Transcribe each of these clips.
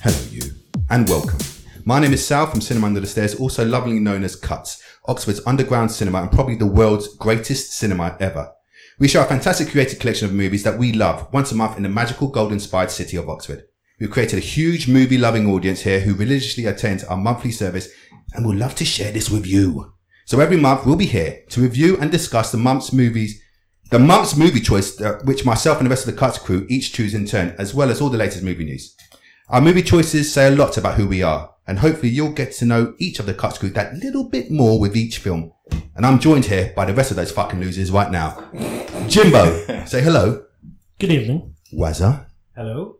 Hello, you, and welcome. My name is Sal from Cinema Under the Stairs, also lovingly known as Cuts, Oxford's underground cinema and probably the world's greatest cinema ever. We show a fantastic curated collection of movies that we love once a month in the magical gold inspired city of Oxford. We've created a huge movie loving audience here who religiously attends our monthly service and would love to share this with you. So every month we'll be here to review and discuss the month's movies the month's movie choice, uh, which myself and the rest of the Cuts crew each choose in turn, as well as all the latest movie news. Our movie choices say a lot about who we are, and hopefully you'll get to know each of the Cuts crew that little bit more with each film. And I'm joined here by the rest of those fucking losers right now. Jimbo, say hello. Good evening. Wazza, Hello.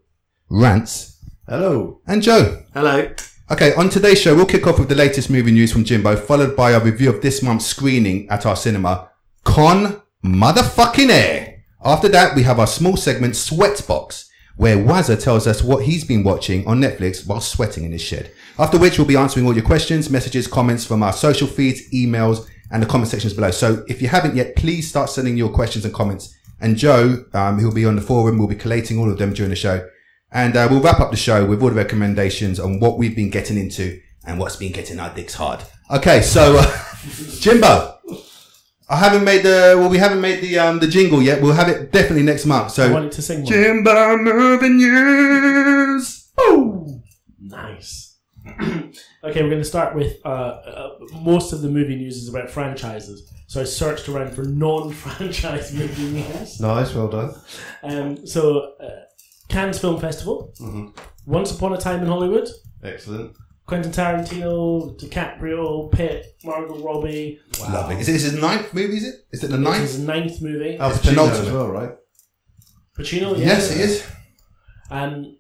Rance, Hello. and Joe. Hello. Okay, on today's show, we'll kick off with the latest movie news from Jimbo, followed by a review of this month's screening at our cinema, Con Motherfucking Air. After that, we have our small segment, Sweatbox, where Wazza tells us what he's been watching on Netflix while sweating in his shed. After which, we'll be answering all your questions, messages, comments from our social feeds, emails, and the comment sections below. So if you haven't yet, please start sending your questions and comments. And Joe, um, who'll be on the forum, will be collating all of them during the show. And uh, we'll wrap up the show with all the recommendations on what we've been getting into and what's been getting our dicks hard. Okay, so uh, Jimbo, I haven't made the well, we haven't made the um, the jingle yet. We'll have it definitely next month. I So wanted to sing one. Jimbo moving news. Nice. okay, we're going to start with uh, uh, most of the movie news is about franchises. So I searched around for non-franchise movie news. Nice, well done. Um, so uh, Cannes Film Festival, Mm-hmm. Mhm. Once Upon a Time in Hollywood, Excellent. Quentin Tarantino, DiCaprio, Pitt, Margot Robbie. Lovely. Is it is his ninth movie? Is it? Is it the It's ninth? his ninth movie. Al It's Pacino penultimate. as well, right? Pacino. yeah. Yes, it is. Um,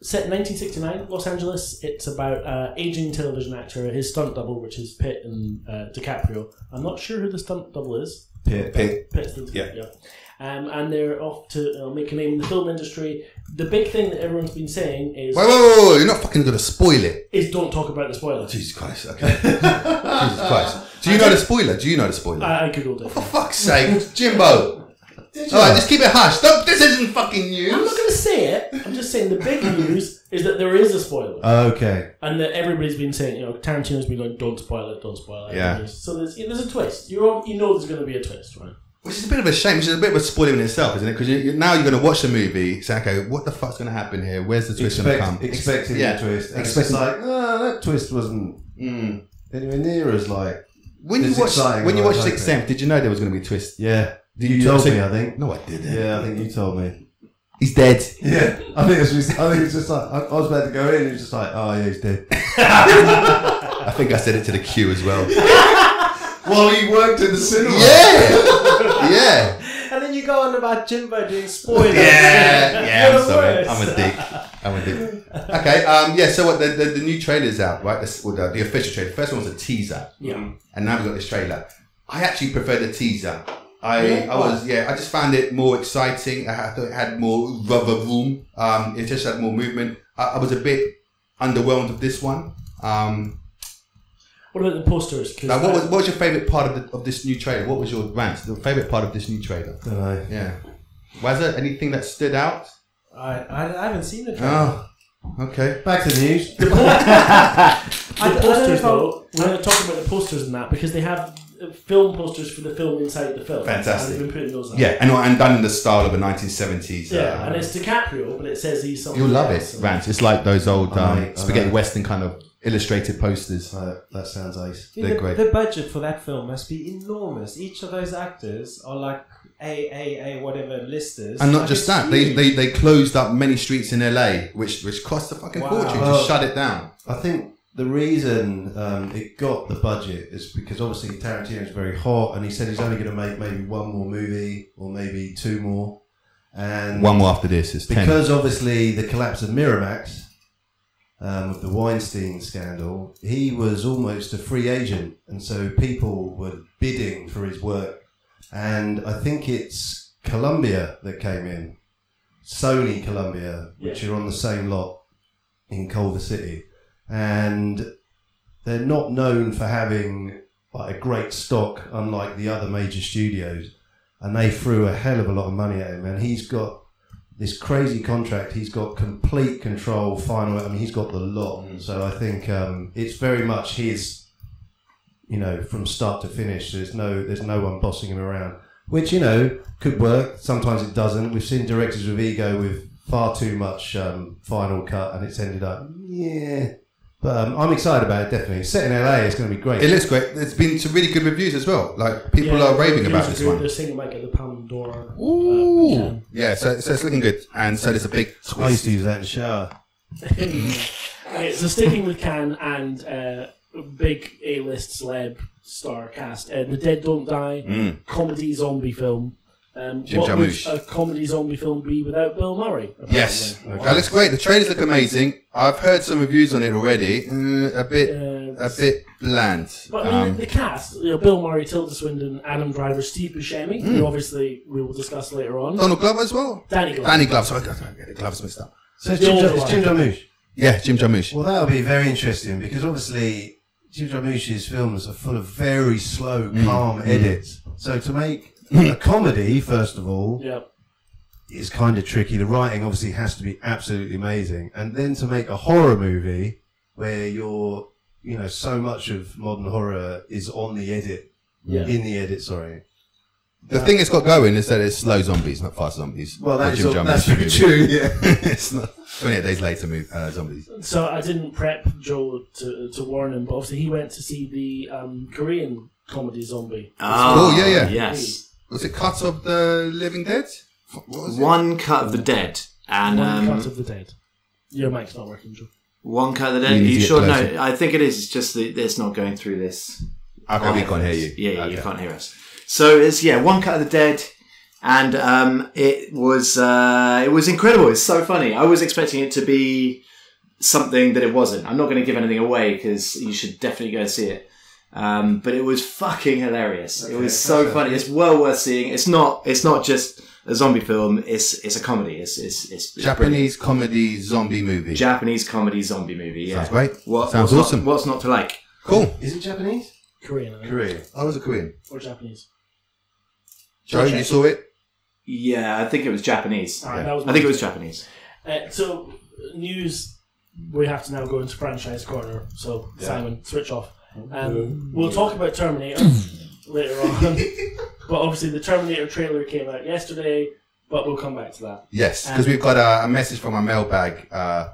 set in 1969, Los Angeles. It's about uh, aging television actor, his stunt double, which is Pitt and uh, DiCaprio. I'm not sure who the stunt double is. Pitt. Pitt. Pitt's the Yeah. DiCaprio. Um, and they're off to uh, make a name in the film industry. The big thing that everyone's been saying is, Wait, wait, wait, wait, wait, You're not fucking gonna spoil it. is don't talk about the spoiler. Jesus Christ. Okay. Jesus Christ. Do you know the spoiler? Do you know the spoiler? I, I googled it. For fuck's sake, Jimbo. Did All right, just keep it hush. Don't, this isn't fucking I'm not news. going to say it. I'm just saying the big news is that there is a spoiler, Okay. and that everybody's been saying, you know, Tarantino's been going, don't spoil it, don't spoil it. Yeah. So there's yeah, there's a twist. You all- you know there's going to be a twist, right? Which is a bit of a shame. Which is a bit of a spoiler in itself, isn't it? Because you, you- now you're going to watch the movie, say, okay, what the fuck's going to happen here? Where's the twist going to come? Expect, expecting yeah. the twist. And Expecting- it's just like, oh, that twist wasn't Mm. anywhere near as like, When you It's watch exciting, when you I watch like Sixth it. Sense, did you know there was going to be a twist? yeah. Did you, you told say- me, I think. No, I didn't. Yeah, I think you told me. He's dead. Yeah, I think it was. Just, I think it's just like I, I was about to go in. and It was just like, oh yeah, he's dead. I think I said it to the queue as well. Well, he worked in the cinema. yeah, yeah, And then you go on about Jimbo doing spoilers. yeah, yeah. You're I'm the sorry. worst. I'm a dick. I'm a dick. Okay. Um. Yeah. So what? The, the, the new trailer's out, right? The, well, the, the official trailer. The first one was a teaser. Yeah. and now we've got this trailer. I actually prefer the teaser. I, Yeah? I was yeah I just found it more exciting. I, I thought it had more rubber room. Um, it just had more movement. I, I was a bit underwhelmed with this one. Um, What about the posters? 'Cause like, what was that- what was your favorite part of, the, of this new trailer? What was your rant? The favorite part of this new trailer? Don't know. Yeah. Was there anything that stood out? I, I, I haven't seen the trailer. Oh, okay. Back to the news. the I- I don't know posters if I'll- though? We're going to talk about the posters and that because they have uh, film posters for the film inside the film. Fantastic. And they've been putting those up. Yeah, and and done in the style of a 1970s. Yeah, uh, and it's DiCaprio, but it says he's something. you'll love it, else. Rant. It's like those old I um, know, I spaghetti know. western kind of illustrated posters. Uh, that sounds ace. See, they're the, great. the budget for that film must be enormous. Each of those actors are like A, A, A, whatever listers. And not Like, just it's that, they, huge. they they closed up many streets in LA, which which cost a fucking Wow. fortune to Well- shut it down. I think the reason um, it got the budget is because obviously Tarantino's very hot, and he said he's only going to make maybe one more movie or maybe two more. And One more after this is ten. because obviously the collapse of Miramax um, with the Weinstein scandal, he was almost a free agent, and so people were bidding for his work. And I think it's Columbia that came in, Sony Columbia, which are on the same lot in Culver City, and they're not known for having like a great stock, unlike the other major studios. And they threw a hell of a lot of money at him, and he's got this crazy contract. He's got complete control, final. I mean, he's got the lot. So I think um, it's very much his, you know, from start to finish. There's no, there's no one bossing him around, which you know could work. Sometimes it doesn't. We've seen directors with ego with far too much um, final cut, and it's ended up yeah. But um, I'm excited about it. Definitely, set in LA, it's going to be great. It looks great. It's been some really good reviews as well. Like people Yeah, are raving reviews about are this good. one. They're saying it might get the Pandora. uh, yeah. Ooh, yeah. So, so it's looking good, and so there's a big I used twist. to use that in the shower. Okay, so sticking with Can and uh, big A-list celeb star cast, uh, The Dead Don't Die Mm. comedy zombie film. Um, Jim what would Jarmusch. a comedy zombie film be without Bill Murray? apparently? Yes, that looks great. The trailers look amazing. I've heard some reviews on it already. Mm, a bit, Uh, a bit bland. but I mean, Um, the cast: you know, Bill Murray, Tilda Swinton, Adam Driver, Steve Buscemi, Hmm. who obviously we will discuss later on. Donald Glover as well. Danny Glover. Oh, Danny Glover. Sorry, I get the gloves mixed up. So it's Jim, The Jo- older it's Jim Jarmusch. Yeah, Jim Jarmusch. Well, that'll be very interesting because obviously Jim Jarmusch's films are full of very slow, Mm. calm edits. So to make a comedy, first of all, Yeah. is kind of tricky. The writing obviously has to be absolutely amazing, and then to make a horror movie where you're, you know, so much of modern horror is on the edit, Yeah. in the edit. Sorry. Um, The thing it's got going is that it's slow zombies, not fast zombies. Well, Like that's Jim all- Jarmusch that's very movie. true. Yeah. it's not 28 days later move, uh, zombies. So I didn't prep Joel to, to warn him, but obviously he went to see the um, Korean comedy zombie. Oh, yeah, yeah. Yes. Was it Cut of the Living Dead? What was it? One cut of the dead. And One um, Cut of the Dead. Your mic's not working, Joel. one cut of the dead. You need to you get sure? No, closer. I think it is. It's just that it's not going through this. Okay, we can't hear you. Yeah, yeah, you Okay. can't hear us. So it's yeah, one cut of the dead, and um, it was uh, it was incredible. It's so funny. I was expecting it to be something that it wasn't. I'm not going to give anything away because you should definitely go see it. Um, but it was fucking hilarious. it was so funny. It's well worth seeing. It's not. It's not just a zombie film. It's it's a comedy. It's it's it's it's brilliant. Japanese comedy zombie movie. Japanese comedy zombie movie. Yeah, Sounds great. What, Sounds what's not- awesome. what's not to like? cool. Is it Japanese? Korean, I think. Korean. I was a Korean. or Japanese. Joe, you saw it? Yeah, I think it was Japanese. Alright, Yeah. that was I think it was Japanese. Uh, so news, we have to now go into franchise corner. So Simon, switch off. Um, we'll talk about Terminator later on, but obviously the Terminator trailer came out yesterday. But we'll come back to that. Yes, because Um, we've got a, a message from our mailbag uh,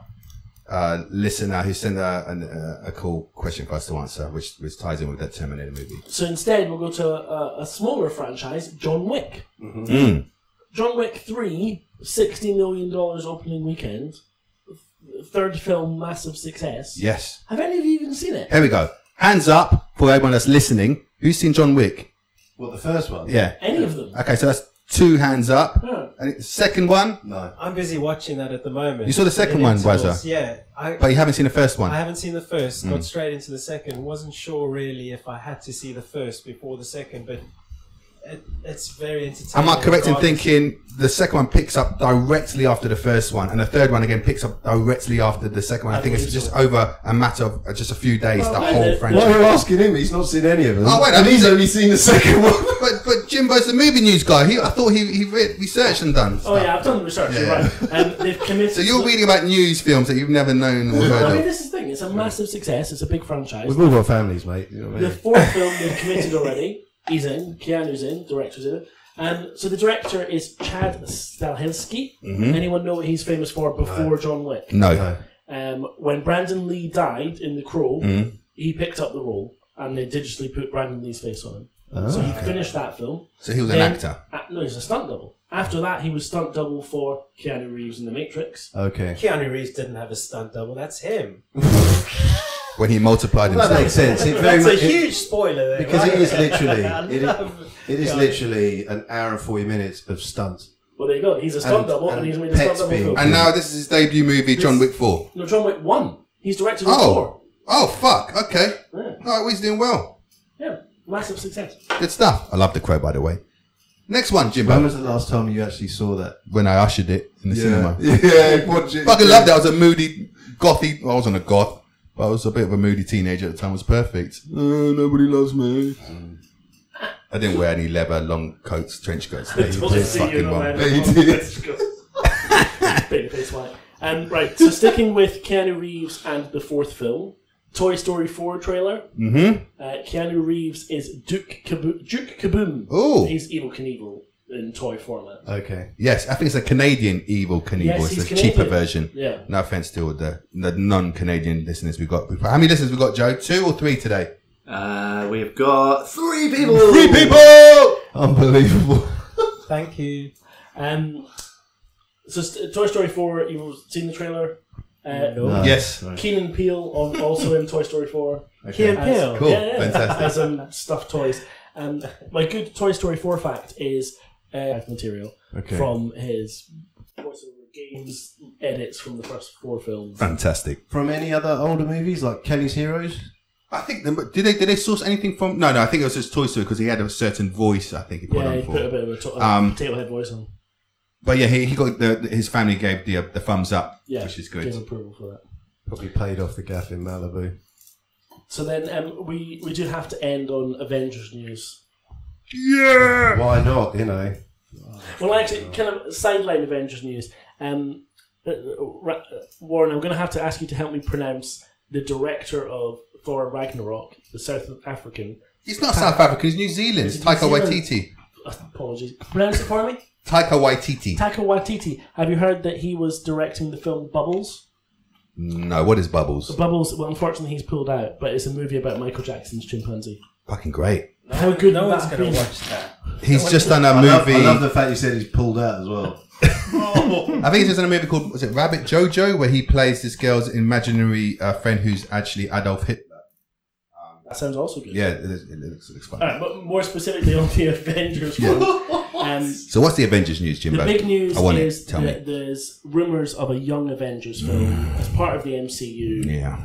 uh, listener who sent a, an, uh, a cool question for us to answer, which, which ties in with that Terminator movie. So instead, we'll go to a, a smaller franchise, John Wick. Mm. John Wick 3, $60 million opening weekend, third film, massive success. Yes. Have any of you even seen it? Here we go. Hands up for everyone that's listening. Who's seen John Wick? Well, the first one. Yeah. Any of them? Okay, so that's two hands up. No. And the second one, No. I'm busy watching that at the moment. You saw the second In one, intervals, Wazza? Yeah, I, but you haven't seen the first one. Mm. I haven't seen the first. Got straight into the second. Wasn't sure really if I had to see the first before the second, but it, it's very Am entertaining. I correct in regardless. thinking the second one picks up directly after the first one, and the third one again picks up directly after the second one? I, I think it's believe so. just over a matter of uh, just a few days. Well, the wait, whole the- franchise. you're asking him, he's not seen any of them. Oh, wait, and he's only seen the second one. but but Jimbo's the movie news guy. He, I thought he he read, researched and done. Oh, Stuff. yeah, I've done the research, you're Yeah. right. Um, they've committed. So you're reading about news films that you've never known or I mean, heard of. this is the thing, it's a massive success, it's a big franchise. We've all got families, mate. You know what I The mean? fourth film they've committed already. He's in, Keanu's in, director's in. Um, so the director is Chad Stahelski. Mm-hmm. Anyone know what he's famous for before John Wick? No. No. Um, when Brandon Lee died in The Crow, Mm. he picked up the role and they digitally put Brandon Lee's face on him. so Ah. he finished that film. So he was an Then- actor. Uh, no, he's a stunt double. After that, he was stunt double for Keanu Reeves in The Matrix. Okay. Keanu Reeves didn't have a stunt double. That's him. When he multiplied Well, that himself. makes sense. It very That's a much, it, huge spoiler. There, because it right? is literally I it, love it is Keanu. literally an hour and forty minutes of stunts. Well, there you go. He's a stunt And- double and, and he's made a stunt Pets double being- film. And now this is his debut movie, John Wick Four. no, John Wick 1. He's directed all Oh. Oh fuck. Okay. four. Yeah. All right, he's doing well. yeah, massive success. Good stuff. I love the crow, by the way. Next one, When Jimbo. was the last time you actually saw that? When I ushered it in the cinema. yeah, watch it. Fucking loved it. I was a moody, gothy. Well, I wasn't a goth, but I was a bit of a moody teenager at the time. It was perfect. Uh, nobody loves me. I didn't wear any leather, long coats, trench coats. They Totally did see you fucking in wrong. Orlando. Beta face white. Um, right, so sticking with Keanu Reeves and the fourth film, Toy Story 4 trailer. Mm-hmm. Uh, Keanu Reeves is Duke Kaboom. Duke Kaboom. Ooh. He's Evil Knievel in toy format. Okay. Yes, I think it's a Canadian evil Knievel. Yes, it's he's the cheaper Canadian. version. Yeah. No offense to all the, the non-Canadian listeners we've got. How many listeners we got, Joe? Two or three today? Uh, we've got three people. Three people. Unbelievable. Thank you. Um, so st- Toy Story 4, you've seen the trailer. Uh, No. Yes. Right. Keenan Peele on, also in Toy Story 4. Key Okay. and Peele. Cool. Yeah, yeah. Fantastic. As um, stuffed toys. Um, my good Toy Story 4 fact is uh, material Okay. From, from his voiceover games edits from the first four films. Ah, Fantastic. any other older movies like Kelly's Heroes? I think the, did they did they source anything from? No, no. I think it was just Toy Story because he had a certain voice. I think he put Yeah, on he for. put a bit of a, to- a Um, potato head voice on. But yeah, he, he got the, the- his family gave the uh, the thumbs up, Yeah, which is Gave good. approval for that. Probably paid off the gaff in Malibu. So then um, we we do have to end on Avengers news. Yeah. Why not? You know. Well, actually, kind of sideline Avengers news. Um, uh, Ra- Warren, I'm going to have to ask you to help me pronounce the director of Thor Ragnarok, the South African. He's not South African. He's New Zealand. It's New Taika Zealand. Waititi. Apologies. Pronounce it for me. Taika Waititi. Taika Waititi. Have you heard that he was directing the film Bubbles? No, what is Bubbles? Bubbles. Well, unfortunately, he's pulled out. But it's a movie about Michael Jackson's chimpanzee. Fucking great. No, How one- good no would one's that going be? to watch that. He's just done a I love, I movie. love the fact you said he's pulled out as well. I think he's just in a movie called was it Rabbit Jojo where he plays this girl's imaginary uh, friend who's actually Adolf Hitler. That sounds also good. Yeah, it, is, it looks, it looks fun. All right, but more specifically on the Avengers Yeah. one. Um, So what's the Avengers news, Jimbo? the big news I want it. is Tell me. Mm. that there's rumors of a young Avengers film as part of the MCU. Yeah,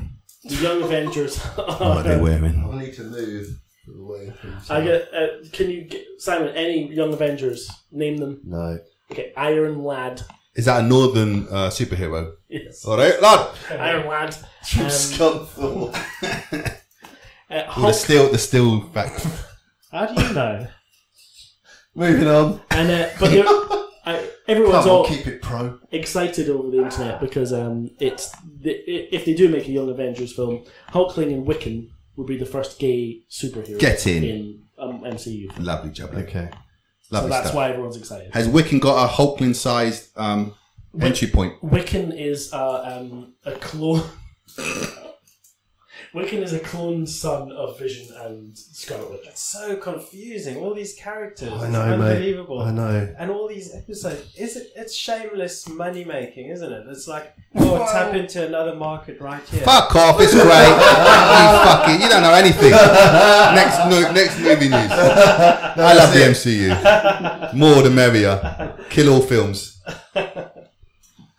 The young Avengers. what are Oh, they Are, wearing? I need to move away from. I get. Uh, can you get, Simon? Any young Avengers? Name them. No. Okay, Iron Lad. Is that a northern uh, superhero? Yes. All right, lad. Iron Lad. Um, uh, Or the Hulk steel, the steel fact. How do you know? Moving on. And uh, but they're, uh, everyone's Come on, all keep it pro. excited over the internet because um, it's the, i- if they do make a Young Avengers film, Hulkling and Wiccan will be the first gay superhero Get in. in um, MCU. Lovely job. Lovely Okay. so that's stuff. why everyone's excited. Has Wiccan got a Hulkling-sized um, entry point? Wiccan is uh, um, a clone. Wiccan is a clone son of Vision and Scarlet Witch. It's so confusing. All these characters. I it's know, mate. unbelievable. I know. and all these episodes is it, it's shameless money making isn't it it's like oh tap into another market right here Fuck off! It's great. you fucking, you don't know anything. Next, no, next movie news. I love the MCU. More the merrier. Kill all films.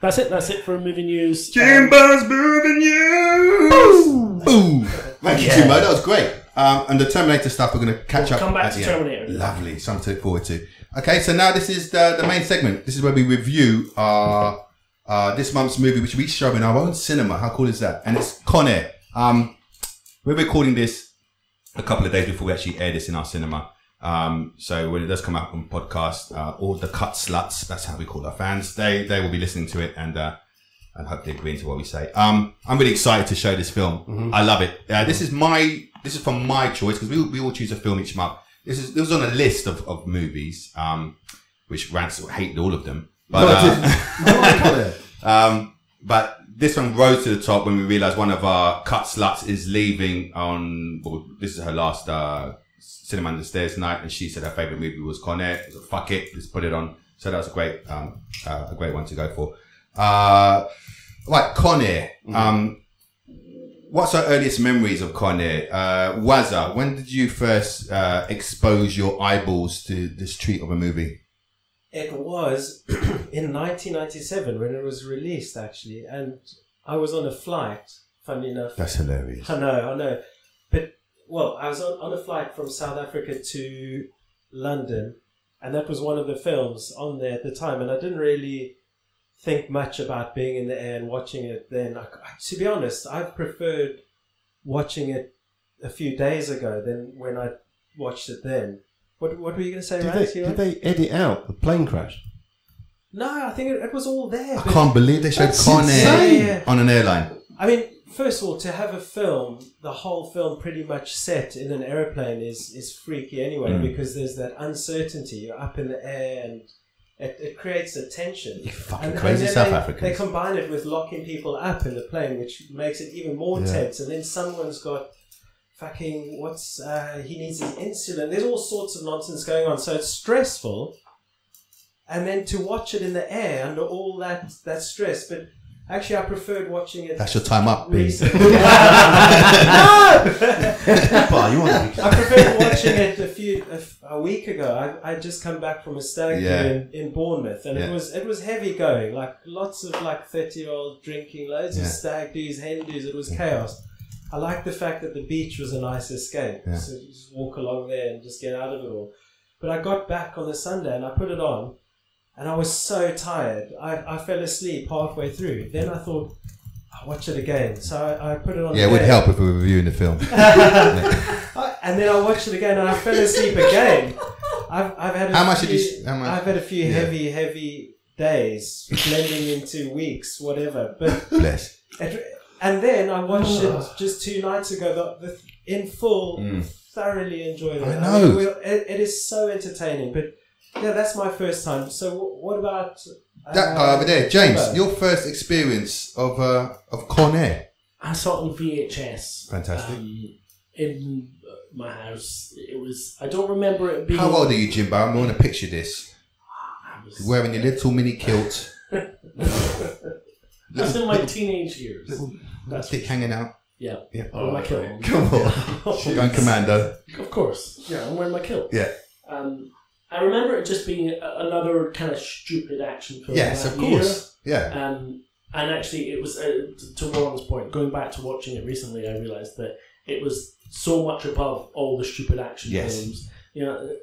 That's it. That's it for movie news. Um, Jimbo's moving news. Boom. Thank you, Jimbo. That was great. Um, and the Terminator stuff, we're going to catch We'll up. come back at to the end. Terminator. Lovely. Something to look forward to. Okay, so now this is the, the main segment. This is where we review our uh, this month's movie, which we show in our own cinema. How cool is that? And it's Con Air. Um, we're recording this a couple of days before we actually air this in our cinema. Um, so when it does come out on podcast, uh, all the cut sluts, that's how we call our fans, they they will be listening to it and uh, and hopefully agreeing to what we say. Um, I'm really excited to show this film. Mm-hmm. I love it. Uh, this is my this is from my choice because we, we all choose a film each month. This is this was on a list of, of movies, um, which Rance hated all of them. But No, I uh, didn't. No, I got it. um, but this one rose to the top when we realised one of our cut sluts is leaving on. Well, this is her last uh, cinema under the stairs night, and she said her favourite movie was Con Air. So fuck it, let's put it on. So that was a great, um, uh, a great one to go for. Uh, right, Con Air. Um, what's our earliest memories of Con Air? Uh, Wazza, when did you first uh, expose your eyeballs to this treat of a movie? it was in 1997 when it was released actually and i was on a flight funny enough That's hilarious. i know i know but well i was on, on a flight from south africa to london and that was one of the films on there at the time and i didn't really think much about being in the air and watching it then I, I- to be honest i preferred watching it a few days ago than when i watched it then what, what were you going to say Did Rance? they, You did were- they edit out the plane crash? No, I think it, it was all there. I but- can't believe they showed That's Con insane. Air Yeah. on an airline. I mean, first of all, to have a film, the whole film pretty much set in an aeroplane is, is freaky anyway Mm. because there's that uncertainty. You're up in the air and it, it creates a tension. You fucking And- crazy and then South they, They Africans. combine it with locking people up in the plane, which makes it even more Yeah. tense. And then someone's got fucking what's uh, he needs his insulin. There's all sorts of nonsense going on, so it's stressful. And then to watch it in the air under all that that stress, but actually, I preferred watching it. That's your time up, B. recently. no. Bah, you want I preferred watching it a few a, f- a week ago. I I just come back from a stag do Yeah. in, in Bournemouth, and it Yeah. was it was heavy going. Like lots of like thirty year old drinking, loads of Yeah. stag do's, hen do's. It was chaos. I liked the fact that the beach was a nice escape. Yeah. So you just walk along there and just get out of it all. But I got back on the Sunday and I put it on, and I was so tired. I, I fell asleep halfway through. Then I thought. I'll watch it again. So I, I put it on. Yeah, it would again. help if we were reviewing the film. I- and then I watched it again and I fell asleep again. I've, I've had a How much few, did you s- how much- I've had a few Yeah. heavy, heavy days blending into weeks, whatever. But Bless. it, and then I watched it just two nights ago, the, the, in full. Thoroughly enjoyed it. Mm. I mean, know. we'll- it, it is so entertaining. But yeah, that's my first time. So wh- what about uh, That guy over there, James, Trevor? your first experience of uh, of Con Air. I saw it on VHS. Fantastic. Um, in uh, my house, it was. I don't remember it being. How old are you, Jimbo? I'm going to picture this. I was, Wearing your little mini kilt, I was in my teenage years. That's dick hanging out. yeah. Yeah. With my kilt. Come on. Going commando. Of course. Yeah, I'm wearing my kilt. Yeah. Um, I remember it just being a, another kind of stupid action film. Yes, that of year. course. Yeah. Um, and actually, it was uh, t- to Warren's point. Going back to watching it recently, I realised that it was so much above all the stupid action Yes. films. You know,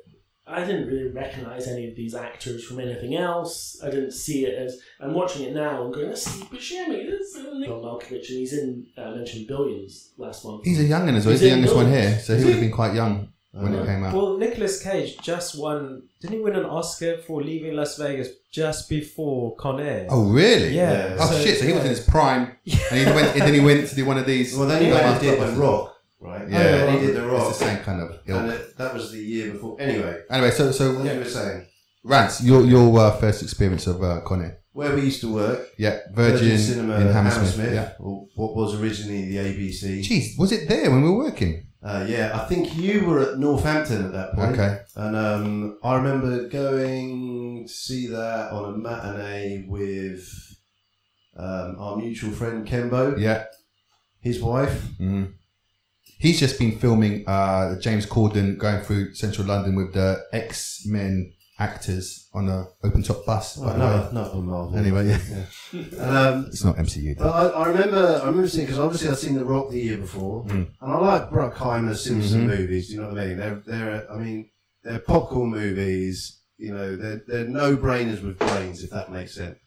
I didn't really recognise any of these actors from anything else. I didn't see it as. I'm watching it now and going, "This is Buscemi. This is Neil uh, Malkovich, and he's in. I mentioned Billions last month. He's a young'un as well. He's Is the he youngest young? one here, so he Is would have he? been quite young when it Uh, came out. Well, Nicolas Cage just won. Didn't he win an Oscar for Leaving Las Vegas just before Con Air? Oh, really? yeah. Oh shit! So he was in his prime, and he went. And then he went to do one of these. Well, then he Yeah. went and did the rock, right? Yeah, And he did the rock. It's the same kind of. And Ilk. it, that was the year before. Anyway, Anyway, so so what you were saying, Rance, your your uh, first experience of uh, Con Air. where we used to work, Yeah, Virgin, Cinema in Hammersmith. Yeah. or what was originally the ABC. Jeez, was it there when we were working? Uh, yeah, I think you were at Northampton at that point. Okay. And um, I remember going to see that on a matinee with um, our mutual friend Kembo, Yeah. his wife. Mm. He's just been filming uh, James Corden going through central London with the X Men actors on a open top bus. by the Oh, no, not a Marvel. way. Oh, Anyway, yeah. And, um, it's not MCU. but I, I remember, I remember seeing because obviously I'd seen The Rock the year before, Mm. and I like Bruckheimer Simpson Mhm. movies. You know what I mean? They're, they're, I mean, they're popcorn movies. You know, they're, they're no brainers with brains, if that makes sense.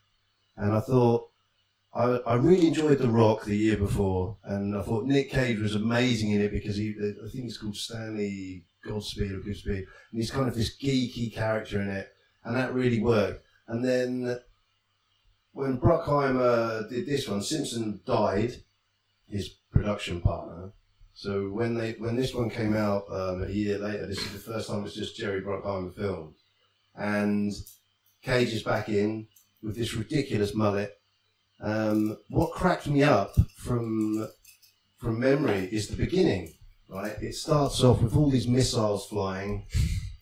And I thought, I, I really enjoyed The Rock the year before, and I thought Nick Cage was amazing in it because he, I think he's called Stanley Godspeed or Goodspeed, and he's kind of this geeky character in it, and that really worked. And then when Bruckheimer did this one, Simpson died, his production partner. So when they when this one came out um, a year later, this is the first time it's just Jerry Bruckheimer film, and Cage is back in with this ridiculous mullet. Um, what cracked me up from from memory is the beginning. Right, it starts off with all these missiles flying.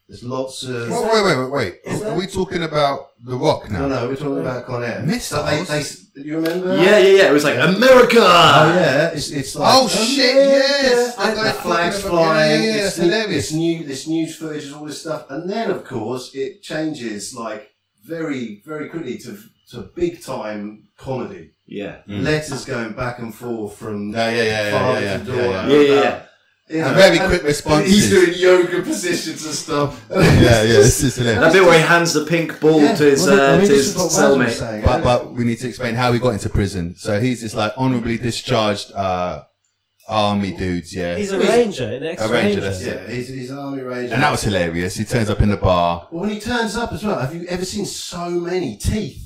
There's lots of Wait, wait, wait, wait, wait. Is Are that- we talking about The Rock now? no, no, we're talking about Con Air. Missiles? But They, they, you remember? Yeah, yeah, yeah. It was like America. Oh yeah, it's, it's like Uh, Oh, shit, yes! And I've the got it flags fucking up. flying. Yeah, yeah, yeah, it's it's hilarious. This new, this news footage, is all this stuff, and then of course it changes like very, very quickly to to big time comedy. yeah. Mm. Letters going back and forth from Yeah, yeah, yeah, father yeah, to yeah, daughter. yeah, yeah. Yeah, yeah, yeah. You And know, very and- quick and responses. He's doing yoga positions and stuff. yeah, yeah, it's just hilarious. That bit where he hands the pink ball Yeah, to his, well, I uh, mean, to this his is what Waz was cellmate. saying, But right? but we need to explain how he got into prison. So he's just like honorably discharged uh, army dudes, yeah. He's a ranger, A an ranger, ex-ranger. that's it. Yeah, he's, he's an army ranger. And that was hilarious. He turns up in the bar. Well, when he turns up as well, have you ever seen so many teeth?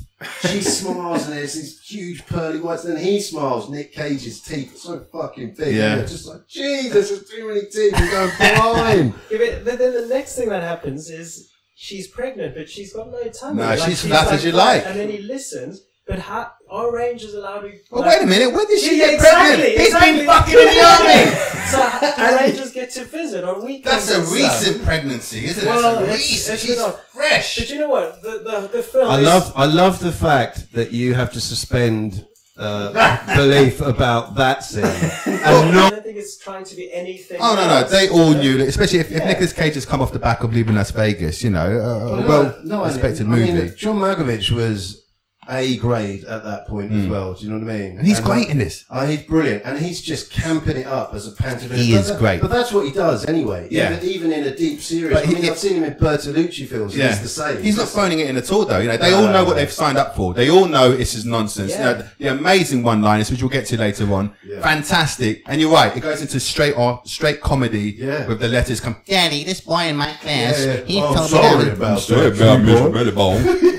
She smiles and there's these huge pearly whites. Then he smiles. Nick Cage's teeth are so fucking big. Yeah. and you're just like Jesus, there's too many teeth. You're going blind. Yeah, but, but then the next thing that happens is she's pregnant, but she's got no tummy. No, she's flat as you like. And then he listens, but how, are rangers allowed to... Well, like- Oh, wait a minute. When did she Yeah, get exactly, pregnant? He's exactly. been fucking in the army. so do rangers get to visit on weekends? That's a and stuff? recent pregnancy, isn't it? Well, That's a it's- recent. it's She's not- But fresh. you know what? The, the, the film I is- love I love the fact that you have to suspend uh, belief about that scene and I not. don't think it's trying to be anything. Oh no, no, else. they all knew, that, especially if, if Yeah. Nicolas Cage has come off the back of leaving Las Vegas, you know, uh, a well respected I mean, movie, John Malkovich was a grade at that point as well. Do you know what I mean? Hmm. and he's great in this. Oh, he's brilliant, and he's just camping it up as a pantomime. He But is that- great. but that's what he does anyway. Yeah. even, even in a deep series. But I he- mean, I've seen him in Bertolucci films. and Yeah. He's the same. He's not phoning it in at all, though. You know, they all No. know what they've signed up for. They all know this is nonsense. Yeah. You know, the amazing one-liners, which we'll get to later on, Yeah. fantastic. And you're right, it goes into straight off, straight comedy Yeah. with the letters come. Daddy, this boy in my class, Yeah, yeah. he Oh, told sorry me. that- about that, Jimbo.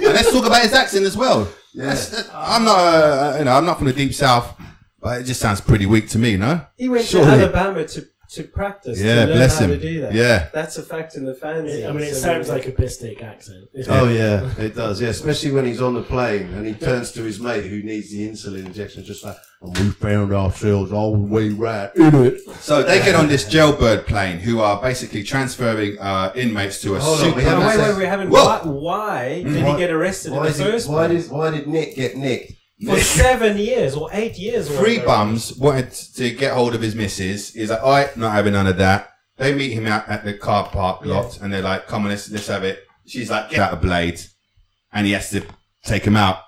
and let's talk about his accent as well. That's- that- I'm not, uh, you know, I'm not from the deep south, but it just sounds pretty weak to me, no? He went Surely. to Alabama to, to practice. Yeah, to learn bless how him. To do that. Yeah. That's a fact in the fanzine. I mean, it so- sounds like a piss take accent. It's Oh yeah, it does. Yeah, especially when he's on the plane and he turns to his mate who needs the insulin injection, just like, and we found ourselves all the way right in it. So they get on this jailbird plane, who are basically transferring uh, inmates to a Hold on, super. we Oh, haven't wait, said- wait, we haven't. Whoa. Why, why did he Why- get arrested in Why, the is first he, why, place? did, why did Nick get nicked? For seven years or eight years. or Three whatever. bums wanted to get hold of his missus. He's like, I ain't not having none of that. They meet him out at the car park lot, and they're like, "Come on, let's let's have it." She's like, "Get out a blade," and he has to take him out.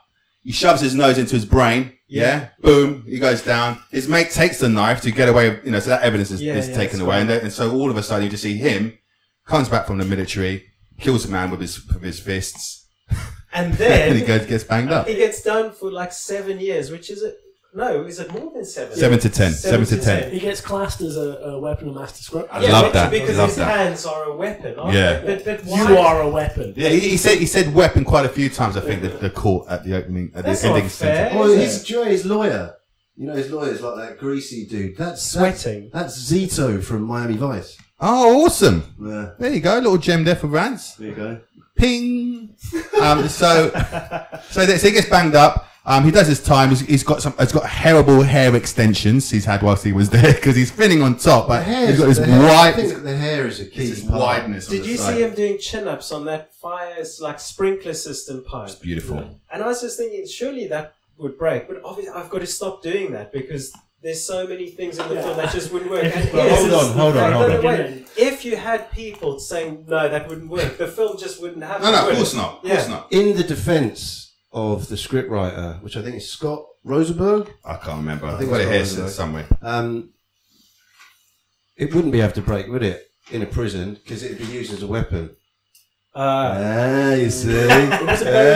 He shoves his nose into his brain. Yeah. Boom. He goes down. His mate takes the knife to get away. You know, so that evidence is, Yeah, is yeah, taken that's away, right. and, then- and so all of a sudden you just see him comes back from the military, kills a man with his with his fists, And and he then goes gets banged up. he gets done for like seven years, which is it? No, is it more than seven? Seven to ten. Seven, to ten. He gets classed as a, a weapon of mass destruction. I Yeah, love but- that. Because Love his that. hands are a weapon. Aren't Yeah. They? But, but why? You are a weapon. Yeah, he, he said he said weapon quite a few times. I think the, the court at the opening at That's the ending not fair. sentence. Well, is his, it? do you know his lawyer. You know, his lawyer's like that greasy dude. That's Sweating. That's Zito from Miami Vice. Oh, awesome! Yeah, There you go, little gem there for Rance. there you go. Ping. Um, so so, that, so he gets banged up. Um, he does his time. He's, he's got some. He's got horrible hair extensions he's had whilst he was there because he's thinning on top, but he's got this the hair- I wide, think the hair is a key. this part. wideness. on Did the you side. see him doing chin ups on that fire, like sprinkler system pipe? It's beautiful. And I was just thinking, surely that would break. But obviously, I've got to stop doing that because there's so many things in the Yeah. film that just wouldn't work. If- And well, yes, hold it's- on, hold no, on, no, hold no, on. wait. If you had people saying, no, that wouldn't work, the film just wouldn't happen. No, no, would of it? course not. Of Yeah. course not. In the defense of the scriptwriter, which I think is Scott Rosenberg, I can't remember. I think think got it's it here probably- somewhere. um, it wouldn't be able to break, would it? In a prison, because it'd be used as a weapon. Uh, Ah, you see. Ah,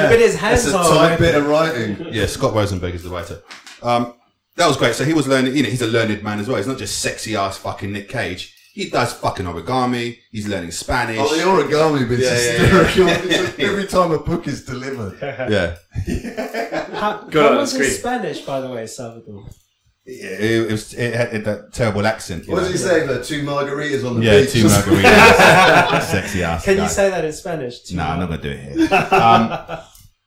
but his hands That's a are. tight bit of writing. Yeah, Scott Rosenberg is the writer. Um, that was great. So he was learning. You know, he's a learned man as well. He's not just sexy ass fucking Nick Cage. He does fucking origami. He's learning Spanish. Oh, the origami bits Yeah, is yeah, yeah. hysterical. It's like Every time a book is delivered. yeah, How, Got it on how the was his screen. Spanish, by the way, Salvador? it, it was. It had, it had that terrible accent. you What know. did he say about two margaritas on the Yeah, beach? two margaritas. sexy ass. Can guy. you say that in Spanish? too? No, I'm not gonna do it here. Um,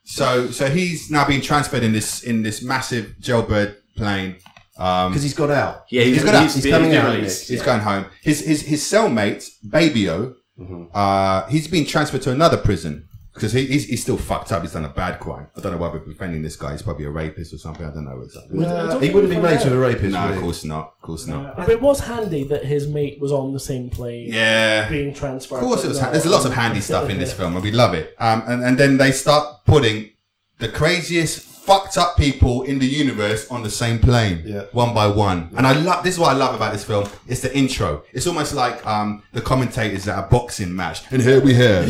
so, so he's now being transferred in this in this massive jailbird plane. Um, Because he's got out. Yeah, He's got a- he's coming been out, released. He's going home. His his his cellmate, Babyo, Mm-hmm. uh, he's been transferred to another prison because he, he's, he's still fucked up. He's done a bad crime. I don't know why we're defending this guy. He's probably a rapist or something. I don't know exactly. I don't Nah, he think wouldn't we be found mates out. with a rapist. No, would of he? course not. Of course not. But it was handy that his mate was on the same plane Yeah. being transferred. Of course, it was. but Ha- no. there's lots of handy stuff in this film, and we love it. Um, and, and then they start putting the craziest, fucked up people in the universe on the same plane, Yeah. one by one. And I love this. Is what I love about this film. It's the intro. It's almost like um, the commentators at a boxing match. And here we have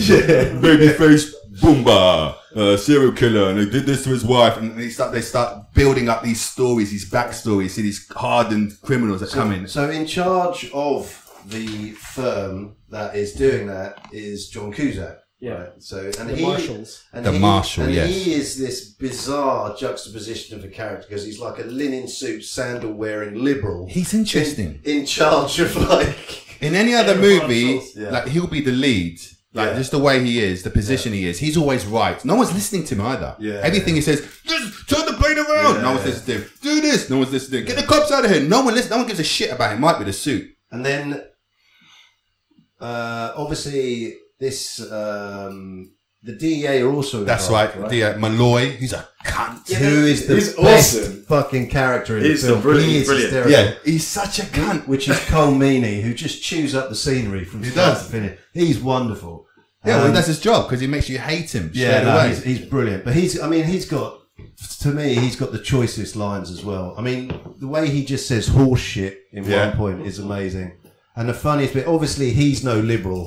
Babyface Boomba, uh, serial killer and he did this to his wife, and they start they start building up these stories, these backstories, see these hardened criminals that come in. So in charge of the firm that is doing that is John Cusack. Yeah. Right? So and the he marshals. and The he, marshal, and yes. he is this bizarre juxtaposition of a character because he's like a linen suit, sandal wearing liberal. He's interesting. in charge of like In any other Everyone movie, else, yeah. like he'll be the lead. Like Yeah. just the way he is, the position he is, he's always right. No one's listening to him either. Yeah. Everything he says, just turn the plane around. Yeah, no one's yeah. listening to him. Do this. No one's listening. Get the cops out of here. No one listens. No one gives a shit about him. Might be the suit. and then uh obviously this um the DEA are also That's involved, right. The uh, Malloy, he's a cunt. Who is the He's best awesome. fucking character in He's the film? the brilliant- He is brilliant. hysterical. Yeah, he's such a cunt. which is Cole Meany, who just chews up the scenery from He start does. to finish. He's wonderful. Yeah, well, Um, that's his job because he makes you hate him straight yeah, no, away. he's, he's brilliant. But he's, I mean, he's got to me, he's got the choicest lines as well. I mean, the way he just says horse shit in Yeah. one point is amazing. And the funniest bit, obviously, he's no liberal.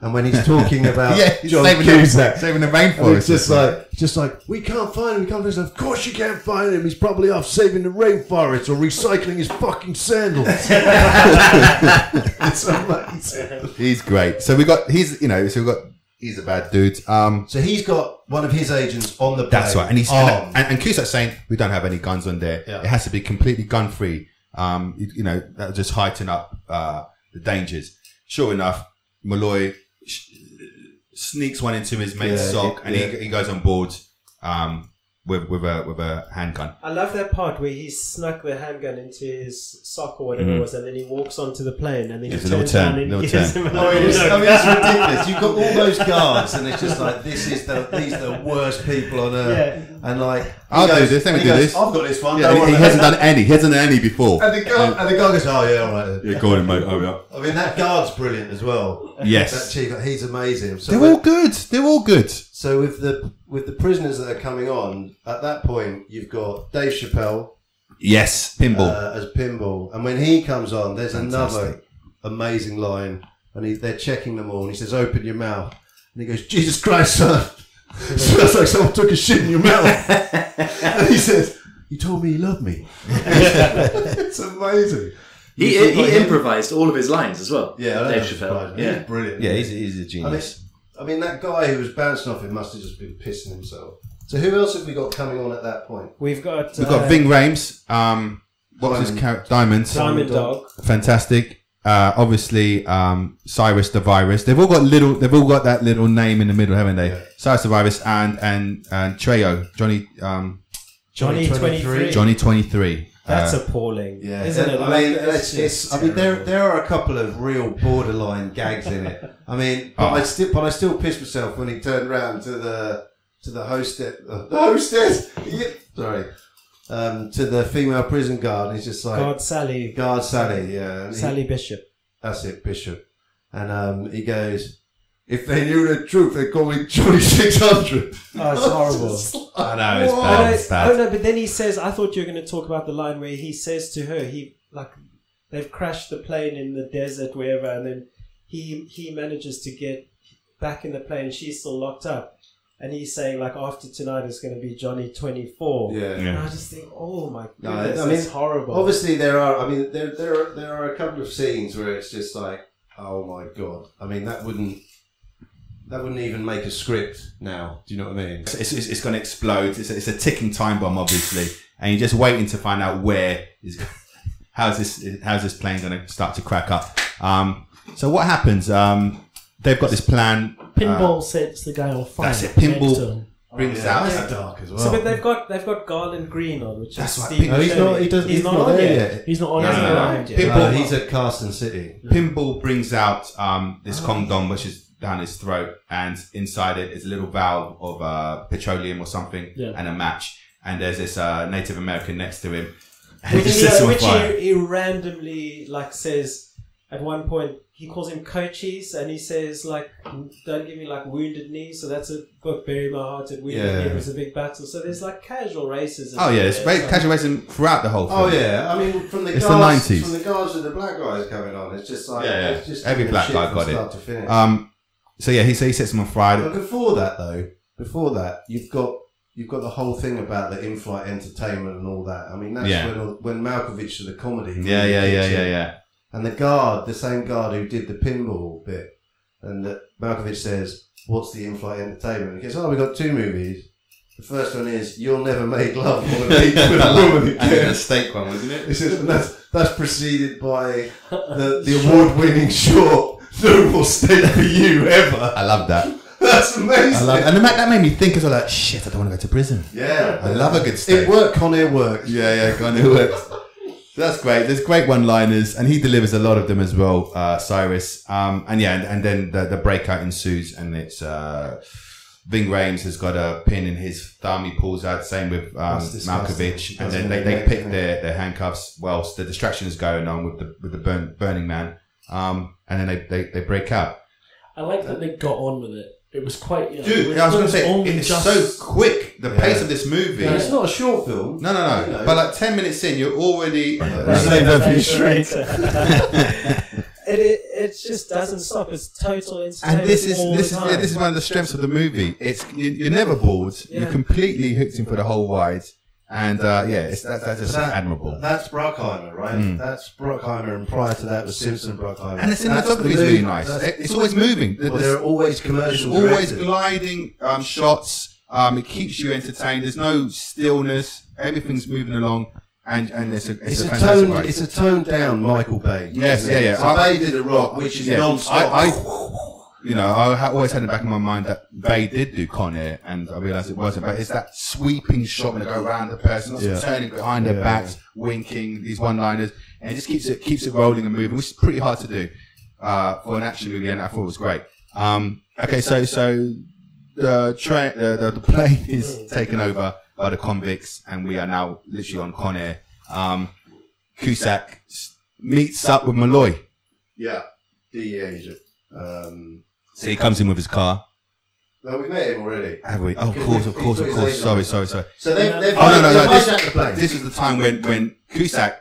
And when he's talking about yeah, he's John saving, Cusack, the, saving the and rainforest. it's just like, just like we can't find him. We can't find him. Of course you can't find him. He's probably off saving the rainforest or recycling his fucking sandals. it's amazing. he's great. So we got he's you know so we got he's a bad dude. Um, So he's got one of his agents on the plane. that's right. And he's armed. and, and, and Cusack's saying we don't have any guns on there. Oh. Yeah. It has to be completely gun free. Um, you, you know that'll just heighten up uh, the dangers. Sure enough, Malloy sh- sneaks one into his mate's Yeah, sock, it- and he, he goes on board um, with with a with a handgun. I love that part where he snuck the handgun into his sock or whatever it was, and then he walks onto the plane and then he Gives turns Mm-hmm. a little turn, around and little gives turn. Oh, him a I mean, little it's, I look. mean, it's ridiculous. You've got all those guards, and it's just like this is the these are the worst people on earth. And like, he I'll do this, then we he do goes, this. I've got this one. Yeah, don't he, he worry hasn't about done any. He hasn't done any before. it." And the guy, and the guy goes, "Oh yeah, all right." then." Yeah, go on, mate. Hurry up. I mean, that guard's brilliant as well. That Yes. chief, he's amazing. So They're when- all good. They're all good. So with the with the prisoners that are coming on, at that point you've got Dave Chappelle Yes. Pinball. uh, as Pinball, and when he comes on, there's another Fantastic. amazing line, and he, they're checking them all, and he says, "Open your mouth," and he goes, "Jesus Christ, son!" Smells like someone took a shit in your mouth. and he says, "You told me you loved me." it's amazing. He, You've got he him. improvised all of his lines as well. Yeah, I Dave don't know, Chappelle. he's Yeah. brilliant. yeah, he's, he's a I mean, genius. I mean, that guy who was bouncing off him must have just been pissing himself. So who else have we got coming on at that point? We've got We've got uh, Ving Rhames. Um, what was his Diamond. character? Diamonds. Diamond Dog. Fantastic. Uh, obviously, um, Cyrus the Virus. They've all got little. They've all got that little name in the middle, haven't they? Yeah. Cyrus the Virus and and and Treo Johnny um, Johnny 23. Johnny Uh, twenty three. That's appalling. Yeah, Isn't it? I Like, mean, it's, that's it's, just I mean, there terrible. there are a couple of real borderline gags in it. I mean, but Oh. I still, but I still pissed myself when he turned round to the to the hostess, uh, the hostess. Yeah, sorry, um, to the female prison guard. And he's just like, God, Sally. guard Sally, yeah, and he- Sally Bishop. that's it, Bishop. And um, he goes, if they knew the truth, they'd call me Johnny Six Hundred. Oh, it's horrible. I know it's Whoa. Oh, no, bad. It's bad. oh no! But then he says, "I thought you were going to talk about the line where he says to her, he like they've crashed the plane in the desert, wherever, and then he he manages to get back in the plane. She's still locked up, and he's saying like, after tonight it's going to be Johnny twenty four. Yeah. And I just think, oh my No, goodness, I mean, that's horrible. Obviously, there are. I mean, there there are, there are a couple of scenes where it's just like, oh my god. I mean, that wouldn't that wouldn't even make a script now. Do you know what I mean? It's, it's, it's going to explode. It's a, it's a ticking time bomb, obviously, and you're just waiting to find out where is how's this how's this plane going to start to crack up. Um, so what happens? Um, they've got this plan. Pinball sets the guy on fire. uh, That's it, Pinball. next to him. Brings Yeah, out. that's dark as well. so, but they've got they've got Garland Green on, which That's is right, Steve. Pink- no, he's not. He doesn't. He's, not, on there yet. yet. He's not on No, his no, no. mind yet. Pinball- No, he's at Carson City. Pinball brings out um, this condom, which is down his throat, and inside it is a little valve of uh, petroleum or something, Yeah. and a match. And there's this uh, Native American next to him, and Which, he just he, sets him on which fire. he, he randomly like says at one point he calls him coaches and he says like don't give me like wounded knee so that's a book bury my heart at wounded Yeah. knee was a big battle so there's like casual racism Oh yeah, it's there, very so- casual racism throughout the whole film. Oh yeah, I mean from the It's the guards, 90s. from the guards with the black guys coming on, it's just like Yeah, yeah. It's just Every giving black shit guy from got it. start To finish. Um, so yeah, he so he sets him on fire. but before that though, before that, you've got you've got the whole thing about the in-flight entertainment and all that. I mean, that's Yeah. when when Malkovich did the comedy. Yeah, really yeah, yeah, kicked in. yeah, yeah. And the guard, the same guard who did the pinball bit, and that Malkovich says, "What's the in-flight entertainment?" He goes, "Oh, we got two movies. The first one is You'll Never Make Love on a Beach with a Woman and then Again." the steak one, wasn't it? He says, and that's that's preceded by the, the award-winning short "No More State for You Ever." I love that. That's I amazing. love, and the, ma- that made me think as well. Like, shit, I don't want to go to prison. Yeah, I love a good steak. It worked. Conair worked. Yeah, yeah, kind of works. So that's great. There's great one-liners, and he delivers a lot of them as well, uh, Cyrus. Um, and yeah, and, and then the, the breakout ensues, and it's uh, Ving Rhames has got a pin in his thumb. He pulls out. Same with um, That's disgusting. Malkovich, and That's then they, really they pick amazing. their, their handcuffs whilst the distraction is going on with the with the burn, Burning Man. Um, and then they, they, they break out. I like that they got on with it. It was quite. You know, it Dude, I was going to say only it's just- so quick. The Yeah. pace of this movie. Yeah, it's not a short film. No, no, You no. know. But like ten minutes in, you're already. That's Right. Save It, it it just doesn't stop. It's total And entertainment. this is all this the is time. yeah, this is one of the strengths of the movie. It's you- you're never bored. You're Yeah. completely hooked in for the whole ride, and uh, yeah, it's, that's, that's just That- admirable. That's Bruckheimer, right? Mm. That's Bruckheimer, and prior to that was Simpson Bruckheimer. And the That's cinematography is the really move. nice. That's- It- It's always moving. The- well, the- there are always It's commercial. always directors. gliding um, shots. Um, it keeps you entertained. There's no stillness. Everything's moving along, and and it's a It's, it's, a, fantastic toned. ride. It's a toned down Michael Bay. Yes, yeah, yeah. So I- Bay did a rock, which is Yeah. non-stop. I, I, you know, I ha- always had in the back of my mind that they did do Con Air, and I realised it wasn't. But it's that sweeping shot when they go around the person, lots of Yeah. turning behind their Yeah, backs, winking these one-liners, and it just keeps it keeps it rolling and moving, which is pretty hard to do uh, for an action movie, and I thought it was great. Um, okay, so so the train, the, the, the plane is taken over by the convicts, and we are now literally on Con Air. Um, Cusack s- meets up with Malloy. yeah, DEA agent. Um, So he comes in with his car. no, we met him already. Have we? Oh, of course, of course, of course. Sorry, sorry, sorry. So they've, they've Oh, no, no, no, they've this- hijacked the plane. This is the time when, when Cusack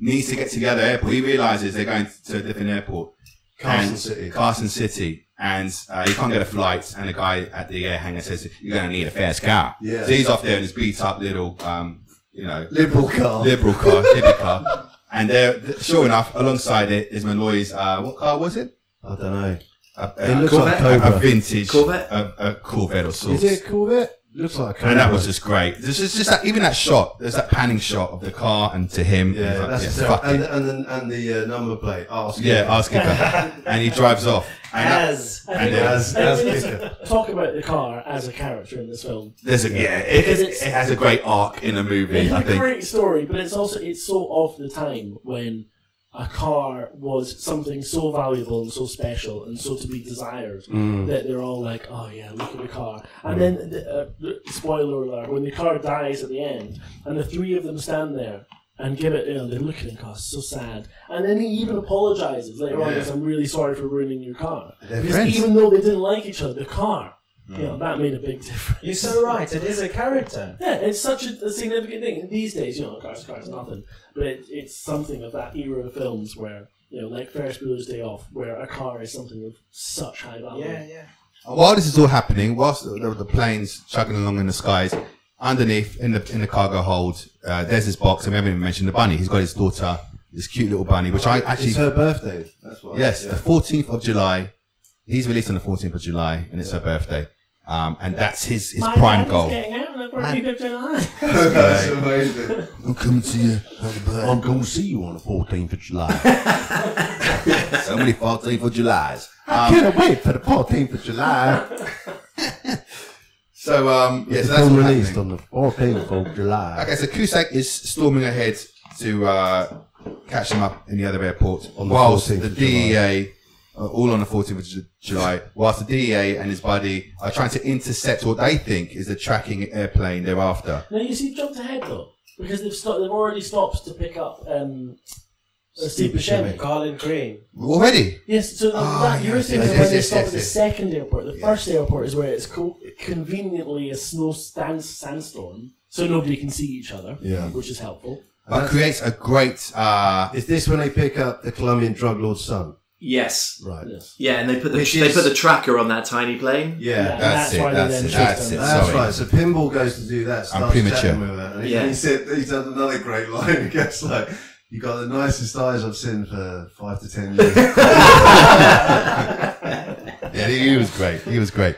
needs to get to the other airport. He realizes they're going to a different airport, Carson and- City. Carson City, and uh, he can't get a flight. And the guy at the air hangar says, You're going to need a fast car. Yeah. So he's off there in his beat up little, um, you know, Liberal car. liberal car, hippie car. And there, th- sure enough, alongside it is Malloy's, uh, what car was it? I don't know. A, It looks Corvette? like a, Cobra. a vintage Corvette? A, a Corvette or sorts. Is it a Corvette? Looks like a Corvette. And that was just great. There's just, just that, even that shot. There's that panning shot of the car and to him. yeah, and that's he's yeah, like, yeah, fuck and, it. and and and the uh, number plate. Ask yeah, him. ask him. back. and he drives off. And that, as and then- As, as And- Kicker. Talk about the car as a character in this film. there's a yeah. It, it, it has a great arc in the movie. It's I a think. great story, but it's also it's so of the time when a car was something so valuable and so special and so to be desired Hmm. that they're all like, "Oh yeah, look at the car." And then, the, uh, the- spoiler alert: when the car dies at the end, and the three of them stand there and give it, you know, they look at the car, it's so sad. And then he even apologizes later on, Yeah. "Because I'm really sorry for ruining your car." They're Because friends. Hmm. even though they didn't like each other, the car, you know, that made a big difference. you're so right. It is a character. Yeah, it's such a, a significant thing. And these days, you know, Cars to Cars nothing, but it, it's something of that era of films where, you know, like Ferris Bueller's Day Off, where a car is something of such high value. Yeah, yeah. While this is all happening, whilst the, the, the planes chugging along in the skies, underneath in the in the cargo hold, uh, there's this box. and we haven't even mentioned the bunny. He's got his daughter, this cute little bunny, which I actually It's her birthday. That's why. Yes, Yeah. the 14th of July. He's released on the 14th of July, and it's her birthday. Um, and that's his, his My prime dad goal. Is getting out on the 14th of July. That's amazing. I'm coming to you. I'm going to see you on the 14th of July. So many 14th of Um, Julys. I can't wait for the 14th of July. So, um, yeah, It's so that's film what released happening. on the 14th of July. Okay, so Cusack is storming ahead to uh, catch them up in the other airport, On the whilst 14th the of July. DEA, uh, all on the 14th of Ju- July, whilst the DEA and his buddy are trying to intercept what they think is the tracking airplane they're after. now you see, jumped ahead though, because they've sto- they've already stopped to pick up um, uh, Steve Buscemi. Garland Green. Already? Yes, so that, Ah, that yes, you're thinking yes, when yes, they yes, stop yes, at the yes. second airport. The first airport is where it's co- conveniently a snow stand- sandstorm, so nobody can see each other, Yeah. which is helpful. But creates a great uh, Is this when they pick up the Colombian drug lord's son? Yes. Right. Yes. Yeah, and they put the Which they is- put the tracker on that tiny plane. Yeah. That's it, why they that's then it, shift that's them. it. That's Sorry. right. So Pinball goes to do that. Starts I'm premature. chatting with her, and he- Yeah. he said he does another great line. He goes like, "You got the nicest eyes I've seen for five to ten years." Yeah, he was great. He was great.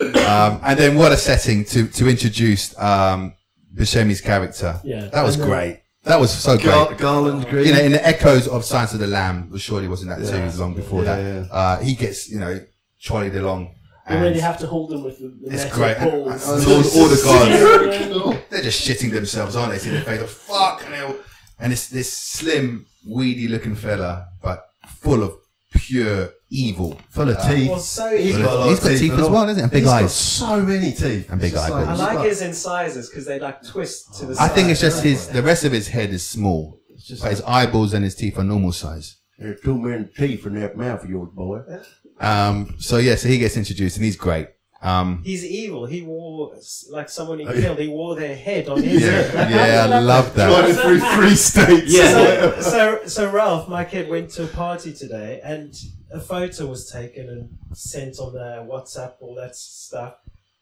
Um, and then what a setting to to introduce um, Buscemi's character. Yeah. That was And then- great. That was so Gar- great. Garland Green. You know, in the echoes of Science of the Lamb, was surely wasn't that Yeah. too long before Yeah, that. Uh, he gets you know trolleyed along. And then And you have to hold them with the, the it's metal great. And, and all, balls. all the guards, Yeah. they're just shitting themselves, aren't they? See their face, oh, fuck hell. And it's this slim, weedy looking fella, but full of pure evil. full of teeth. Well, so He's got a lot He's of got teeth but as all- well, doesn't he? And big Uh, he's got eyes. so many teeth. And big It's just eyeballs. I he's like got- his incisors because they like twist to the I side. think it's just his. The rest of his head is small, It's just uh, but his eyeballs and his teeth are normal size. There's too many teeth in that mouth of yours, boy. Um, so yeah, so he gets introduced and he's great. Um, He's evil. He wore like someone he Oh, yeah. killed. He wore their head on his head. yeah, yeah, I love that. Driving through three states. Yeah. So, so, so Ralph, my kid, went to a party today, and a photo was taken and sent on the WhatsApp, all that stuff.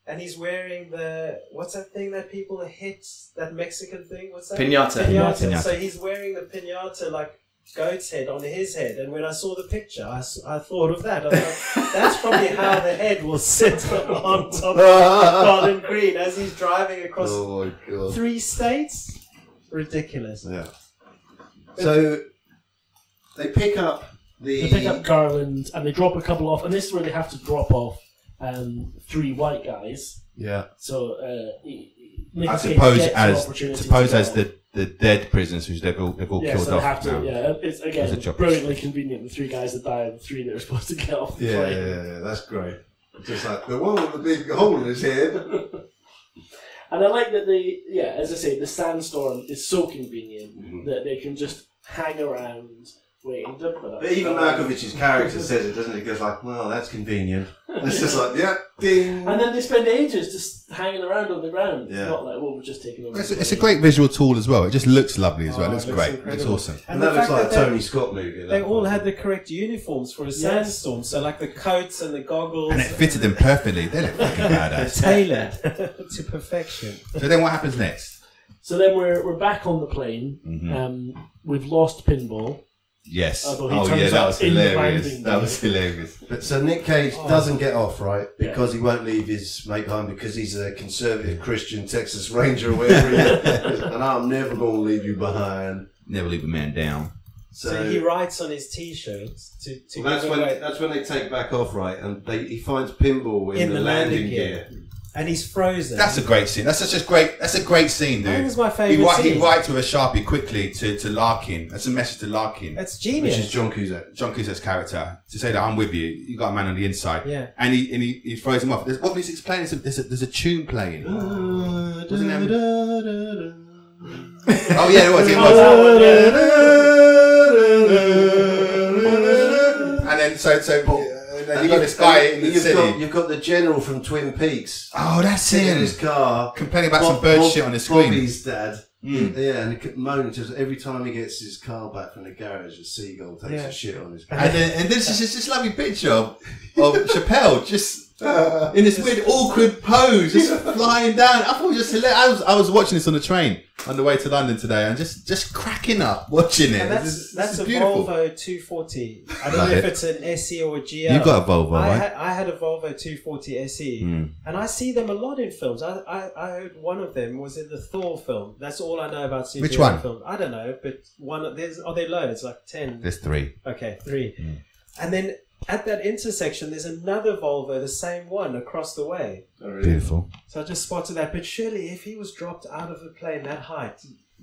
And he's wearing the what's that thing that people hit? That Mexican thing? What's that? Pinata. Pinata. Pinata. So he's wearing the pinata like goat's head on his head. And when I saw the picture, I, s- I thought of that. I thought, that's probably how the head will sit on top of Oh, Colin Green as he's driving across Oh my god! three states. Ridiculous. Yeah. So they pick up the. They pick up Garland and they drop a couple off, and this is where they have to drop off um, three white guys. yeah. So uh, he- he- I Nicolas Cage suppose gets an as opportunity suppose to as go. the, the dead prisoners, which they've all they've all yeah, killed so they off have to. now. Yeah, it's As a again job. brilliantly convenient. The three guys that die, and the three that are supposed to get off. the Yeah, plane. yeah, yeah, that's great. Just like the one with the big hole in his head. And I like that they, yeah, as I say, the sandstorm is so convenient Mm-hmm. that they can just hang around waiting. to put up- But even Malkovich's character says it, doesn't he? He Goes like, "Well, that's convenient." It's just like, "Yeah, ding." And then they spend ages just hanging around on the ground. Yeah. Not like, well, we're just taking over. It's, the it's a plane. great visual tool as well. It just looks lovely as well. Oh, it looks it looks great. It's incredible. awesome. And, the that looks fact like a that they- Tony Scott movie. at They that all point. had the correct uniforms for a Yes. sandstorm, so like the coats and the goggles. And it fitted them perfectly. They look fucking badass. Tailored to perfection. So then what happens next? So then we're, we're back on the plane. Mm-hmm. Mhm. Um, we've lost pinball. Yes. Although he Oh turns yeah, that up was in the hilarious. landing That gear. was hilarious. But so Nick Cage Oh. doesn't get off, right? Yeah. Because he won't leave his mate behind because he's a conservative Christian Texas Ranger or whatever. he is. And I'm never going to leave you behind. Never leave a man down. So, So, he writes on his t-shirt to, to well, that's give when away- that's when they take back off, right? And they, he finds Pinball in, the, landing, gear. and he's frozen. That's a great scene. That's such a great. That's a great scene, that dude. was my He, favorite write, he scene. writes with a sharpie quickly to, to Larkin. That's a message to Larkin, That's which genius. is John Cusack. John Cusack's character, to say that I'm with you. You got a man on the inside, Yeah. and he and he, he throws him off. There's, what music's playing? There's a, there's a, there's a tune playing. Mm. oh it- Oh, yeah, it was. Oh, It was. And then so so and then you got this guy in the you've city. Got, you've got the general from Twin Peaks oh, that's sitting in him. his car. Complaining about some Bob- bird Bob- shit on the screen. Bobby's dad. Mm. Yeah, and he moans just every time he gets his car back from the garage, a seagull takes Yeah. a shit on his And back. then, and this is just this lovely picture of, of Chappelle just in this weird awkward pose, just flying down. I thought it was just hilarious. I was I was watching this on the train on the way to London today, and just just cracking up watching it. and This that's is- this that's is a beautiful. Volvo 240. I don't Love know if it. it's an SE or a GL. You got a Volvo, I right? had, I had a Volvo 240 SE, Mm. E, and I see them a lot in films. I, I, I heard one of them was in the Thor film. That's all I know about CGI Which one? films. I don't know, but one of- there's are there loads like ten. There's three. Okay, three. Hmm. And then at that intersection, there's another Volvo, the same one across the way. Beautiful. So I just spotted that. But surely, if he was dropped out of a plane that height,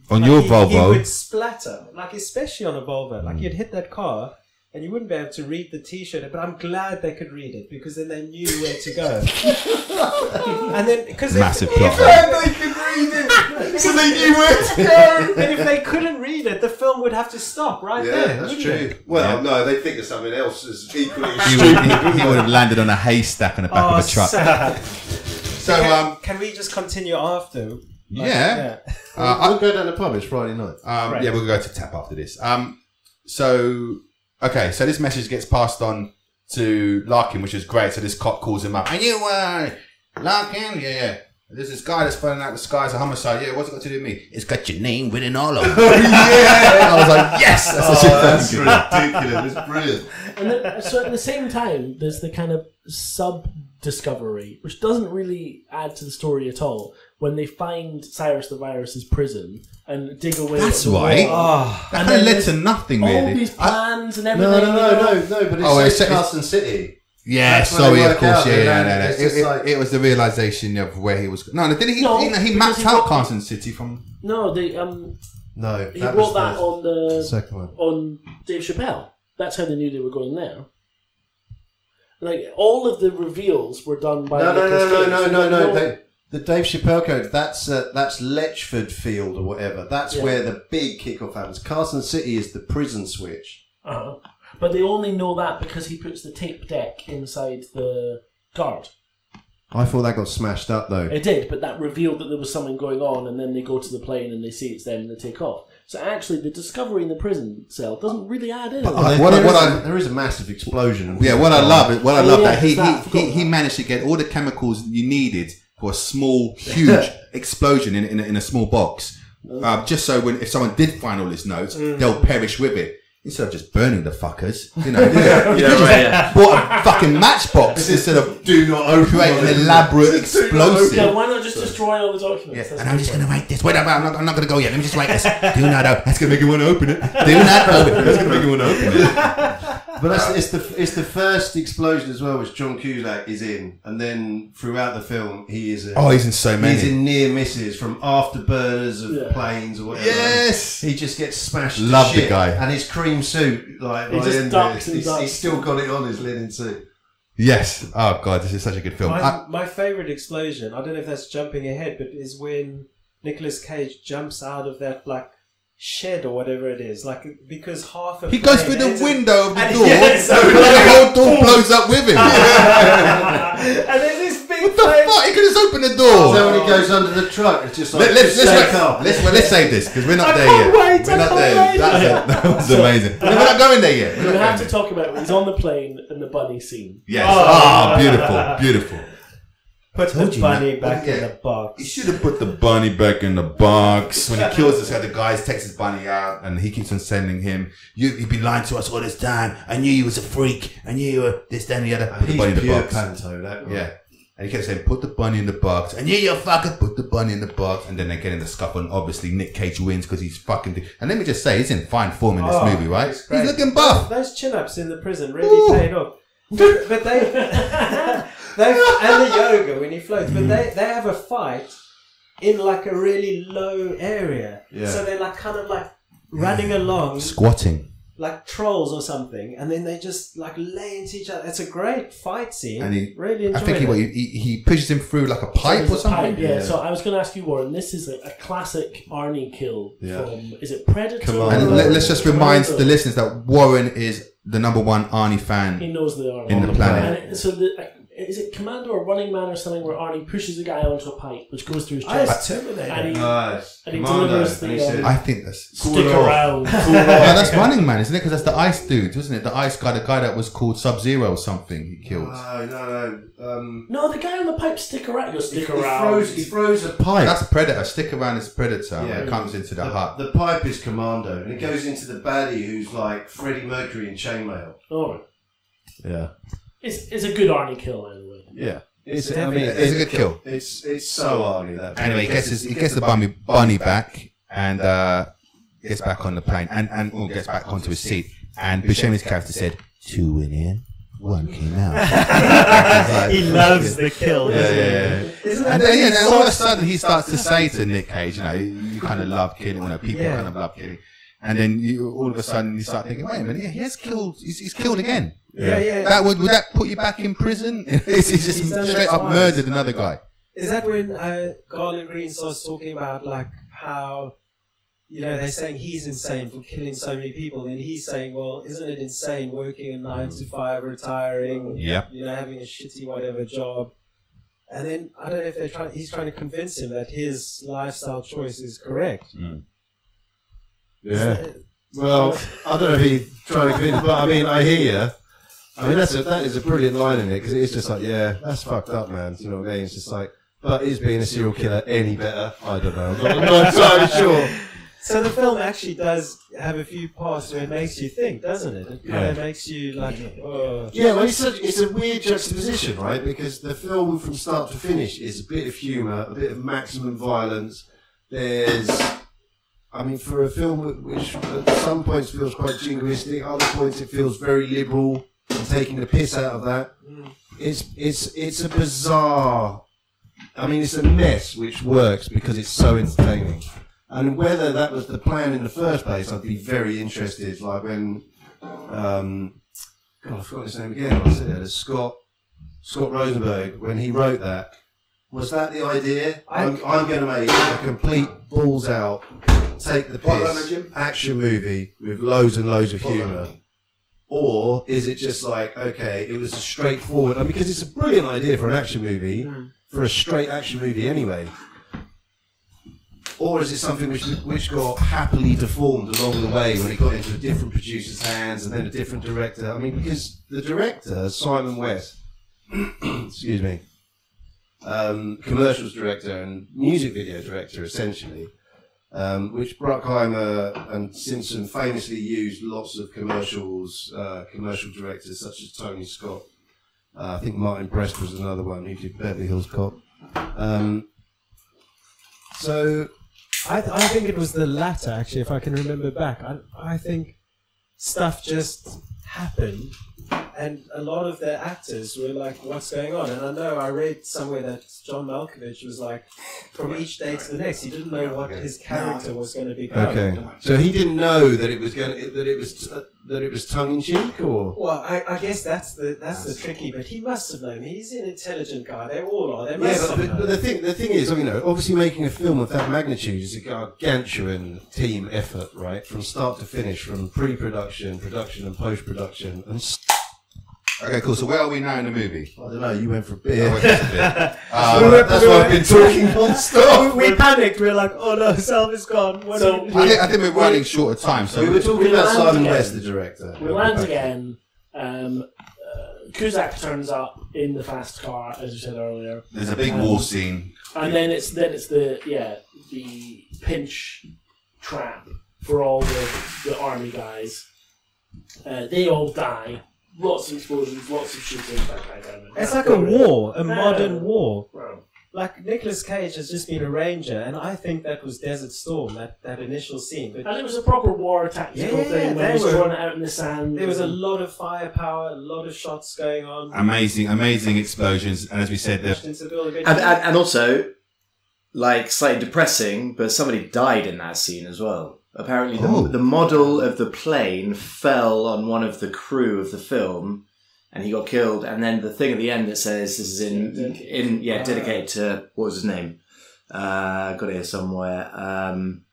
On like, your he, Volvo. Hmm. he would splatter. Like especially on a Volvo, like you'd hit that car. And you wouldn't be able to read the T-shirt, but I'm glad they could read it because then they knew where to go. and then because Massive if, plot if- hole. so they knew where to go. and if they couldn't read it, the film would have to stop right there. wouldn't it? Well, no, they think of something else as equally He would, he, he would have landed on a haystack on the back Oh, of a truck. So, sad. um, can, can we just continue after? Like, yeah. I'll go down the pub. It's Friday night. Um, Right. Yeah, we'll go to tap after this. Um, so Okay, so this message gets passed on to Larkin, which is great. So this cop calls him up. Are you uh, Larkin? Yeah, yeah. There's this guy that's finding out the sky's a homicide. Yeah, what's it got to do with me? It's got your name written all over. it." yeah, I was like, yes, that's Oh, such a that's good. ridiculous. It's brilliant. And then, so at the same time, there's the kind of sub discovery, which doesn't really add to the story at all. When they find Cyrus the Virus's prison and dig away, at That's the wall. right. Ah, That kind And of then led there's to nothing all really. these I- plans and No, everything. no, no, no, no. But Oh, it's, oh, it's- it's- Carson City. yeah, That's when sorry, they of work course, out, yeah, you yeah, know, no, no. it's It, just it- like- it was the realization of where he was. No, no, didn't he? No, he, no, he because mapped he out got- Carson City from. No, they um No, he that wrote was that the on the second one. on Dave Chappelle. That's how they knew they were going there. Like all of the reveals were done by No, no, Nicolas no, no, Cage. no, no, no. No- They, the Dave Chappelle code. That's uh, that's Letchford Field or whatever. That's Yeah. where the big kickoff happens. Carson City is the prison switch. Uh-huh. But they only know that because he puts the tape deck inside the guard. I thought that got smashed up though. It did, but that revealed that there was something going on, and then they go to the plane and they see it's them and they take off. So actually, the discovery in the prison cell doesn't really add in. But Well, there- What I- there what is I- a- there is a massive explosion. Yeah, what I love is what I Oh, love yeah, that he, that, he, he forgot he that. managed to get all the chemicals you needed for a small, huge explosion in in a, in a small box, Uh-huh. uh, just so when if someone did find all his notes, Mm. they'll perish with it. Instead of just burning the fuckers, you know, yeah, Yeah, right, yeah. bought a fucking matchbox instead of Do not open creating an elaborate explosive. yeah, why not just destroy all the documents? Yeah, That's and the I'm just point. gonna write this. Wait, I'm not, I'm not gonna go yet. Let me just write this. Do not open. That's gonna make you want to open it. Do not open. it. That's gonna make you want to open it. But that's, it's the it's the first explosion as well, which John Cusack is in, and then throughout the film he is a, Oh, he's in so many. he's in near misses from afterburners of Yeah. planes or whatever. yes. He just gets smashed. to Love the shit. guy. and his cream suit. Like He by just the end of ducks it, and he's, ducks. he's still got it on his linen suit. Yes. Oh god, this is such a good film. I- my, my favorite explosion. I don't know if that's jumping ahead, but is when Nicolas Cage jumps out of that like shed or whatever it is, like because half of He goes through the window of the And- door. yeah, so- and the whole door blows up with him. and there's this big What the plane- fuck? He could just open the door. So when he goes under the truck, it's just like Oh. Let, let's just let's, take off. let's, let's, well, let's save this because we're not I there can't yet. wait, we're I not can't there. wait. That's a, that was amazing. No, we're not going there yet. We're You not have going to there. talk about when he's on the plane and the bunny scene. Yes. Oh. Ah, beautiful, beautiful. Put Told the you, bunny man. back Yeah. in the He box. should have put the bunny back in the box. When he kills this guy, the guy takes his bunny out and he keeps on sending him. You, you've been lying to us all this time. I knew you was a freak. I knew you were this, that, and the other. Put the bunny He's in the pure box. panto. That guy. Yeah. And he kept saying, put the bunny in the box. And yeah, you fucker, put the bunny in the box. And then they get in the scuffle, and obviously Nick Cage wins because he's fucking. And let me just say, he's in fine form in this Oh, movie, right? he's He's, great. looking buff. Those chin ups in the prison really Ooh. paid off. But but they, they and the yoga when he floats, but they, they have a fight in like a really low area. Yeah. So they're like kind of like running along Squatting. like trolls or something, and then they just like lay into each other. It's a great fight scene. And he- really I enjoyed think he, it. what, he, he pushes him through like a pipe There's or a something. pipe, yeah. so I was going to ask you, Warren. This is a, a classic Arnie kill Yeah. from. Is it Predator? Commando. And let, us just remind Commando. the listeners that Warren is the number one Arnie He fan. knows the Arnie. In the planet. And it- so the, uh, is it Commando or Running Man or something where Arnie pushes a guy onto a pipe, which goes through his I chest, just terminated. and he Nice. And he Commando. delivers the, And he um, said, I think that's. cool stick it off. around. No, that's Running Man, isn't it? Because that's the ice dude, wasn't it? The ice guy, the guy that was called Sub Zero or something, he killed. No, no, no. Um, no, the guy on the pipe stick around. You stick he, around. Froze, he froze a pipe. That's Predator. Stick around is Predator. Yeah. when it comes into the, the, hut. the pipe is commando, and it goes into the baddie who's like Freddie Mercury in chainmail. Oh, Yeah. it's, it's a good Arnie kill, by the way. Yeah. It's, It's I mean, definitely- It's a it, good kill. It's it's so Arnie that. Anyway, he gets, his, he gets the bunny, bunny back and uh, gets back on the plane and, and well, gets back onto his seat. And Buscemi's character said, two went in, one came out. he loves the kill. Yeah, doesn't he? yeah, yeah. Isn't And that then, yeah, amazing? then all of a sudden he starts to say to Nick Cage, you know, you kind of love killing, you know, people Yeah. kind of love killing. And then you, all of a sudden you start thinking, wait a minute, yeah, he has killed, he's, he's killed again. yeah, yeah. That would, would that put you back in prison? he's just He's done it straight up twice. murdered another guy. Is that when uh, Garland Green starts talking about like how you know they're saying he's insane for killing so many people, and he's saying, well, isn't it insane working a nine to five, retiring, Yep. you know, having a shitty whatever job? And then I don't know if they're trying. He's trying to convince him that his lifestyle choice is correct. yeah. So, Well, I don't know if he's trying to convince, but I mean, I hear you. I mean, that's a, that is a brilliant line in it because it's just like, yeah, that's fucked up, man. Do you know what I mean? It's just like, but is being a serial killer any better? I don't know. I'm not, I'm not entirely sure. So the film actually does have a few parts where it makes you think, doesn't it? It kind of makes you like, oh. Yeah, well, it's such, it's a weird juxtaposition, right? Because the film from start to finish is a bit of humour, a bit of maximum violence. There's, I mean, for a film which at some points feels quite jingoistic, other points it feels very liberal and taking the piss out of that. It's it's it's a bizarre. I mean, it's a mess which works because it's so entertaining. And whether that was the plan in the first place, I'd be very interested. Like when, um, God, I forgot his name again. I said it. it's Scott Scott Rosenberg when he wrote that. Was that the idea? I'm, I'm going to make a complete balls out, take the piss, action movie with loads and loads of humour. Or is it just like, okay, it was a straightforward, I mean, because it's a brilliant idea for an action movie, for a straight action movie anyway or is it something which which got happily deformed along the way when it got into a different producer's hands and then a different director? I mean, because the director Simon West, excuse me, um, commercials director and music video director essentially, um, which Bruckheimer and Simpson famously used lots of commercials, uh, commercial directors such as Tony Scott. Uh, I think Martin Brest was another one who did Beverly Hills Cop. Um, so I, th- I think it was the latter, actually, if I can remember back. I, I think stuff just happened, and a lot of the actors were like, What's going on? And I know I read somewhere that John Malkovich was like, From each day to the next, he didn't know what his character was going to be. going. Okay. So he didn't know that it was going to, that it was uh, that it was tongue in cheek, or Well, I, I guess that's the that's the tricky, but he must have known. He's an intelligent guy. They all are. They yeah. must But, have but, but known. the thing the thing is, you know, obviously making a film of that magnitude is a gargantuan team effort, right? From start to finish, from pre-production, production, and post-production, and s- Okay, cool. So where are we now in the movie? I don't know. You went for a Oh, beer. wait, just a bit. Um, that's why I've been talking non-stop. we panicked. We were like, "Oh no, Self is gone." What So- do we do?" I think, I think we're running short of time, so We were talking about land Simon again. West, the director. We land again. Um, uh, Kuzak turns up in the fast car, as you said earlier, there's a big war scene. and then it's then it's the yeah the pinch trap for all the, the army guys. Uh, they all die. Lots of explosions, lots of shooting. That kind of It's like a war, a modern war. Wow. Like Nicolas Cage has just been a ranger, and I think that was Desert Storm, that, that initial scene. But And it was a proper war tactical Yeah, thing where they it was were- drawn out in the sand. there was a lot of firepower, a lot of shots going on. Amazing, amazing explosions, and as we said, the Pushed into the building. And, and, and also, like, slightly depressing, but somebody died in that scene as well. Apparently, the, Oh. the model of the plane fell on one of the crew of the film, and he got killed. And then the thing at the end that says this is in in yeah dedicated to what was his name? Uh, got it here somewhere. Um,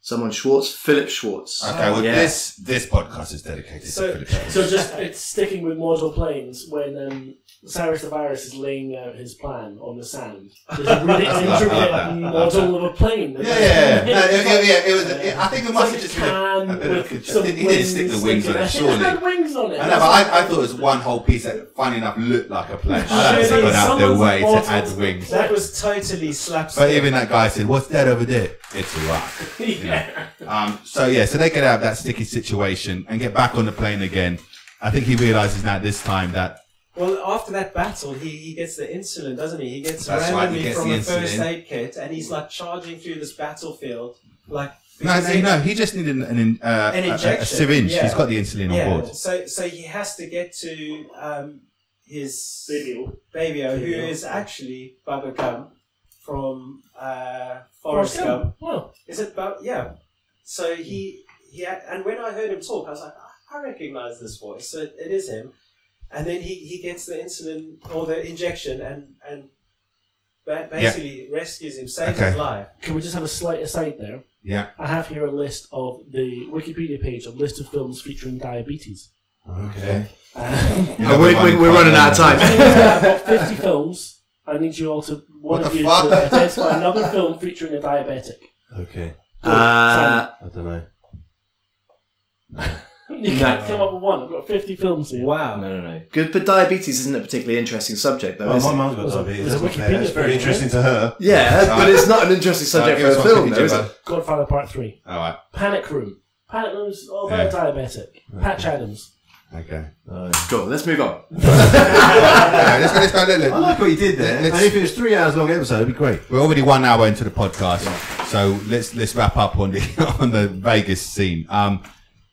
someone Schwartz, Philip Schwartz. Okay, well, Yeah. this this podcast is dedicated So- to Philip. Jones. So just it's sticking with mortal planes when um, Cyrus the Virus is laying out his plan on the sand. There's a really I love that. intricate model of a plane. yeah, yeah, yeah. No, it, yeah, yeah, it was. It, I think it It's must have like just a been a, can a bit of. with con- some He didn't stick the wings on sticking it, out. surely. had wings on it. I know, but I, I thought it was one whole piece that, funny enough, looked like a plane. I don't think they Surely went out their someone's way to bought add it. wings. that was totally slapstick. But even that guy said, "What's that over there?" It's a rock. you know. Um, so yeah, so they get out of that sticky situation and get back on the plane again. I think he realizes now this time that Well, after that battle, he, he gets the insulin, doesn't he? He gets That's right, he randomly gets from the a first insulin. aid kit, and he's like charging through this battlefield, like no, because no, he- no, he just needed an, an, uh, An a- a, a injection, syringe. yeah. He's got the insulin yeah. on board. So so he has to get to um, his Video. baby O, who Baby O. is actually Baba Gump from uh, Forrest Forrest Gump. Gump. Wow. Is it Bub? Yeah. So he he had, and when I heard him talk, I was like, "Ah, "I- I recognize this voice. So it is him. And then he, he gets the insulin or the injection and and ba- basically rescues him, saves his Okay. life. Can we just have a slight aside there? Yeah. I have here a list of the Wikipedia page of list of films featuring diabetes. Okay. Um, Oh, we, we, we're running out of time. I've got 50 films. I need you all to, one What of the you fuck? to identify another film featuring a diabetic. Okay, uh, I don't know. mean, you can't come up with one. I've got 50 films here. No, Wow. no, no. Good, but diabetes isn't a particularly interesting subject, though. Oh, is my it? mum's got There's a- diabetes. there's a That's, not fair. Wikipedia That's very version, interesting to her. Yeah, Uh, but it's not an interesting subject give for us a one film, quickly, though, is Jimbo. it? Godfather Part 3. All right. Panic Room. Panic Room's all Yeah. about a diabetic. Patch Adams. Okay. Cool. Let's move on. Alright, let's go. Let's go. Let, I like what you did there. Let's- and if it was three hours long episode, it'd be great. We're already one hour into the podcast, so let's let's wrap up on the on the Vegas scene. Um,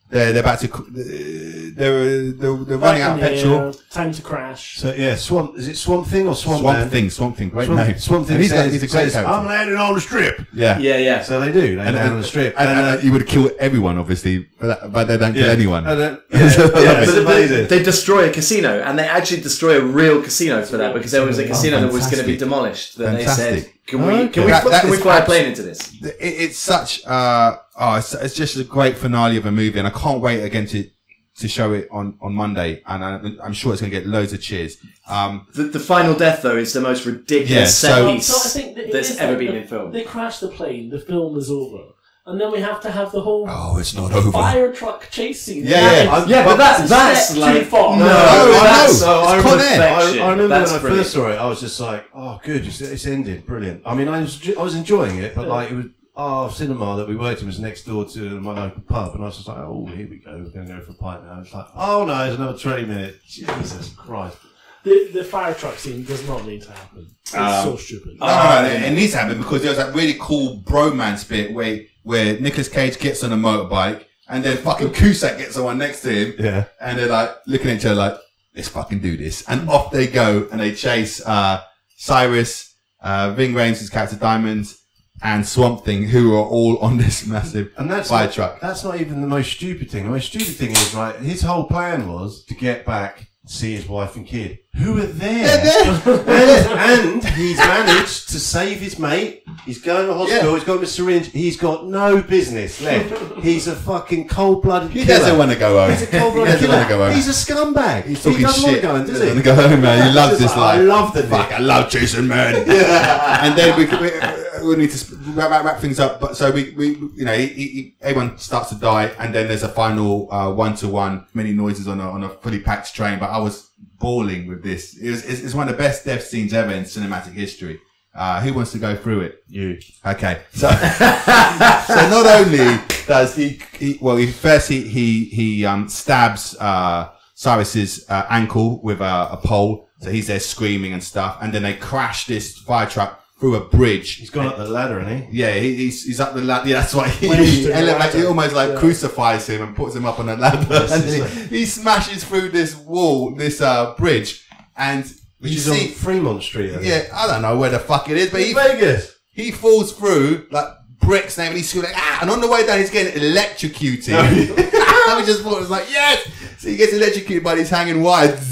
they're they're about to c- they're they're, they're running Back out in of the petrol. uh, air, Time to crash. So yeah, swamp. Is it swamp thing or swamp, Swamp man? Thing, Swamp Thing, great Swamp, name. swamp thing. And he's, says, a- he's a great says, I'm character. landing on the strip. Yeah. Yeah, yeah. So they do. They land on the strip. and, uh, and, you would kill everyone, obviously, but, that- but they don't kill anyone. And, uh, yeah, yeah, it's But they, amazing. they destroy a casino, and they actually destroy a real casino for that because there was a casino that was going to be fantastic. demolished. That they said, Fantastic. "Can we, can Okay. we, That- that can we is fly a abs- plane into this?" it, it's such uh oh, it's, it's just a great finale of a movie and i can't wait again to to show it on on monday and I'm, I'm sure it's gonna get loads of cheers um The, the final death, though, is the most ridiculous Yeah, set so- Well, piece so I think that it that's is ever that been the- in film. They crash the plane, the film is over. And then we have to have the whole oh it's not over fire truck chase scene. Yeah, That yeah. is- I'm- yeah, but that's that's a that's step like too far. no, No, I that's know. so It's I Con remember Air. that Oh, I, shit. I remember that's when I brilliant. first saw it, I was just like, "Oh, good, it's, it's ended, brilliant." I mean, I was ju- I was enjoying it, but like it was our cinema that we worked in was next door to my local pub, and I was just like, "Oh, here we go, we're going to go for a pint now." It's like, "Oh no, it's another twenty minutes." Jesus Christ! The, the fire truck scene does not need to happen. It's Um, so stupid. no, no, it, it needs to happen because there was that really cool bromance bit where where Nicolas Cage gets on a motorbike and then fucking Cusack gets on one next to him Yeah, and they're like looking at each other like, let's fucking do this. And off they go and they chase uh, Cyrus, uh, Ving Rhames' character Diamond, and Swamp Thing, who are all on this massive and that's fire not, truck. that's not even the most stupid thing. The most stupid thing is right. His whole plan was to get back, see his wife and kid, who are there. and, and he's managed to save his mate. He's going to hospital. He's got him a syringe. He's got no business left. He's a fucking cold-blooded He killer. doesn't want to go home. He's a cold-blooded He doesn't wanna killer. go home. He's a scumbag. He's talking he doesn't shit. want to go Doesn't home, wanna does he? go home, man. Yeah, He loves it's this just life. like, I love the Fuck, I love chasing men. and then we, we, we need to sp- wrap, wrap, wrap things up. But so we, we you know, he, he, he- everyone starts to die, and then there's a final one to one. Many noises on a on a fully packed train. But I was bawling with this. It was, it's, it's one of the best death scenes ever in cinematic history. Uh, who wants to go through it? You. Okay, so so not only does he, he well, he first he he he um, stabs uh, Cyrus's uh, ankle with a, a pole, so he's there screaming and stuff, and then they crash this fire truck through a bridge. He's gone up the ladder, and he. Yeah, he, he's, he's up the ladder. Yeah, that's why he, Wedged in he, the ele- like, he ladder. almost like Yeah. crucifies him and puts him up on a ladder. and he, he smashes through this wall, this uh, bridge, and Which you is see, on Fremont Street. I think. yeah, I don't know where the fuck it is, but he In Vegas. he falls through like bricks and everything. He's screaming, like, ah, and on the way down, he's getting electrocuted. I just thought it was like, yes! So he gets electrocuted by these hanging wires.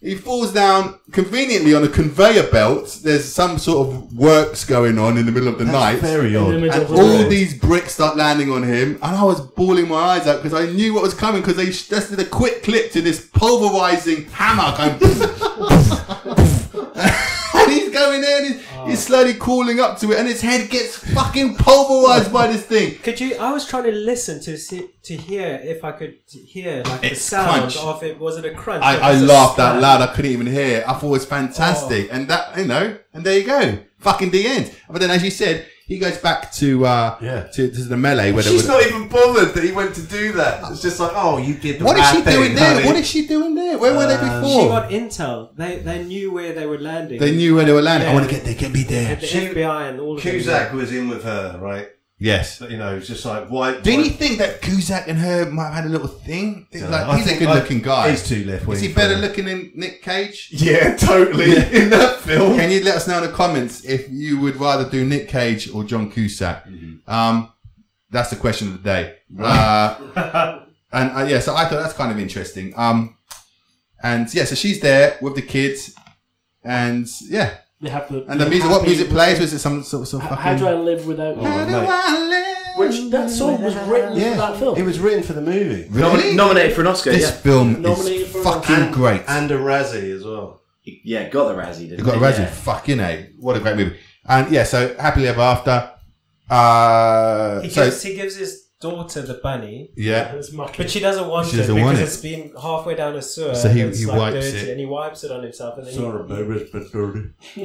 He falls down conveniently on a conveyor belt. There's some sort of works going on in the middle of the night. That's very In the odd. middle and of the all road. these bricks start landing on him, and I was bawling my eyes out because I knew what was coming because they sh- just did a quick clip to this pulverizing hammer going. and he's going there, and he's, he's slowly crawling up to it, and his head gets fucking pulverized by this thing. Could you? I was trying to listen to see, to hear if I could hear like the It's sound crunch. of it. Was it a crunch? I, It I was a laughed out slam. loud. I couldn't even hear. I thought it was fantastic, and that you know, and there you go, fucking the end. But then, as you said, he goes back to uh, Yeah. to, to the melee. Where they She's were- not even bothered that he went to do that. It's just like, oh, you did the what is right she thing, doing there? honey. What is she doing there? Where were they Uh, before? She got intel. They they knew where they were landing. Oh. They knew where they were landing. I Yeah. want to get there. Get me there. Had the She- FBI and all of them. Cusack was in with her, right? Yes. So, you know, it's just like why? Didn't why- you think that Kuzak and her might have had a little thing? It's Yeah, like, I he's a think, good like, looking guy. He's too left wing. Is he better looking than Nick Cage? Yeah, totally. In that film, Can you let us know in the comments if you would rather do Nick Cage or John Cusack? Um, that's the question of the day. Uh, and uh, yeah, so I thought that's kind of interesting. Um, and yeah, so she's there with the kids, and yeah, They have the, and the music. What music plays? Was it some sort of some How, fucking? how do I live without you? How do I live? Which that song was written Oh, Yeah. for that film. it was written for the movie really? Nominated for an Oscar. This yeah. film Nominated is for an fucking Oscar. And- great. and a Razzie as well. Yeah, got the Razzie. Didn't It got a it? Razzie. Yeah. Fucking a. What a great movie. And yeah, so happily ever after. Uh, He so gives, he gives his daughter the bunny, Yeah. It's mucky. but she doesn't want She it doesn't because want it. it's been halfway down a sewer. So he- and it's he like wipes dirty, it. and he wipes it on himself, and then Sorry, baby, it's been dirty. he,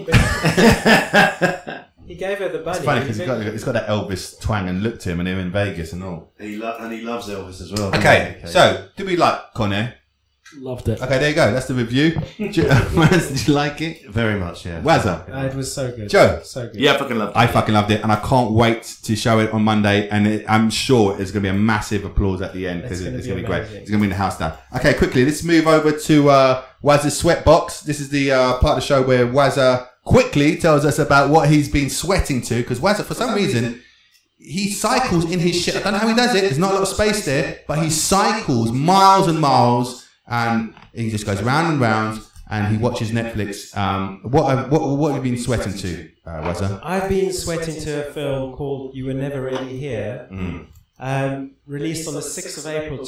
he gave her the bunny. It's funny He because it's said- got, it's got that Elvis twang and look to him, and him in Vegas and all. He lo- and he loves Elvis as well. Okay, so did we like Con Air? Loved it. Okay, there you go. That's the review. Did you, did you like it? very much, yeah. Wazza. Uh, it was so good. Joe. So good. Yeah, I fucking love it. I fucking loved it, and I can't wait to show it on Monday. And it, I'm sure it's going to be a massive applause at the end because It's it's, going gonna be to be great. amazing. It's going to be in the house down. Okay, quickly, let's move over to uh, Wazza's sweatbox. This is the uh, part of the show where Wazza quickly tells us about what he's been sweating to because Wazza, for some reason, he cycles in his shit. I don't know how he does it. There's not a lot of space there, but he cycles miles and miles, and he just goes round and round. And he watches Netflix. Um, what, what, what have you been sweating to, uh, Wazza? I've been sweating to a film called You Were Never Really Here, Mm. um, released on the 6th of April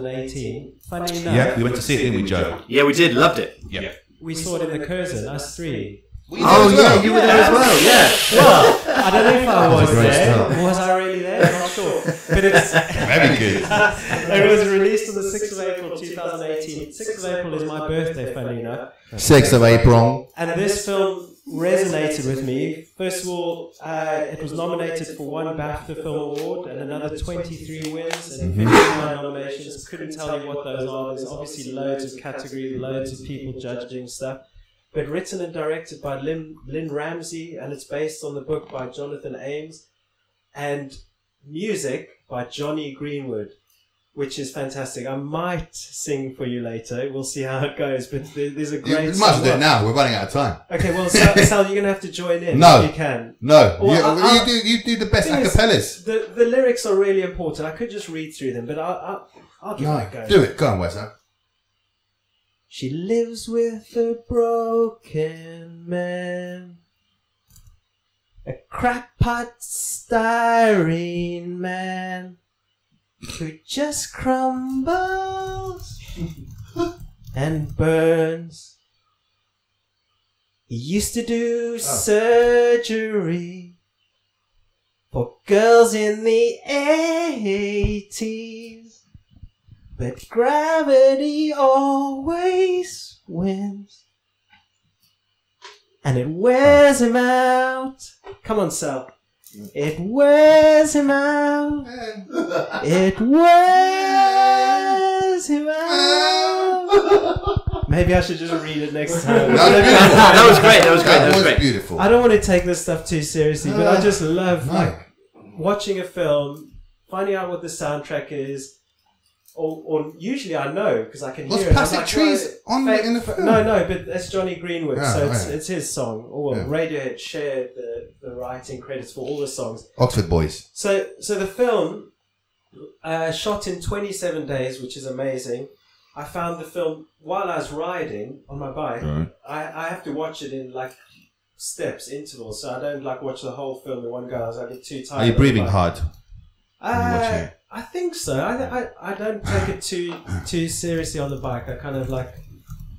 2018. Funny enough, Yeah, we went to see it, didn't we, Joe? Yeah, we did. Loved it. we saw it in the Curzon, us three. Oh, yeah, you were there as well. Yeah. I don't know if I was a great there. start. Was I really there? I'm not sure. But it's, Very good. it was released on the 6th of April 2018. 6th of April is my birthday, funny enough. 6th of April. And this film resonated with me. First of all, uh, it was nominated for one BAFTA Film Award and another 23 wins and 59 nominations. Couldn't tell you what those are. There's obviously loads of categories, loads of people judging stuff. But written and directed by Lynn, Lynn Ramsey, and it's based on the book by Jonathan Ames, and music by Johnny Greenwood, which is fantastic. I might sing for you later. We'll see how it goes. But there- there's a You great. might as well do it song. now. We're running out of time. Okay, well, Sal, Sal you're going to have to join in No. if you can. No, Well, you, I- I- you do. You do the best Thing is- acapellas. The, the lyrics are really important. I could just read through them, but I'll, I'll, I'll give it a go. No, do it. Go on, Wessa. She lives with a broken man, a crackpot styrene man who just crumbles and burns. He used to Oh. do surgery for girls in the 80s. But gravity always wins. And it wears him out. Come on, Sal. It wears him out. It wears him out. Maybe I should just read it next time. That was beautiful. That was great. That was great. That was great. beautiful. I don't want to take this stuff too seriously, but I just love like Uh, No. watching a film, finding out what the soundtrack is, or, or usually I know because I can Was hear it. I'm Plastic like, Trees "Oh, on fa- the- in the film?" No, no, but that's Johnny Greenwood, Yeah, oh, so it's, yeah. it's his song. Or well, Yeah. Radiohead shared the, the writing credits for all the songs. Oxford boys. So, so the film uh, shot in 27 days, which is amazing. I found the film while I was riding on my bike. I, I have to watch it in like steps, intervals, so I don't like watch the whole film in one go. 'cause I get too tired. Are you on the breathing bike. hard? you watching Uh, it? I think so. I, I, I don't take it too too seriously on the bike. I kind of like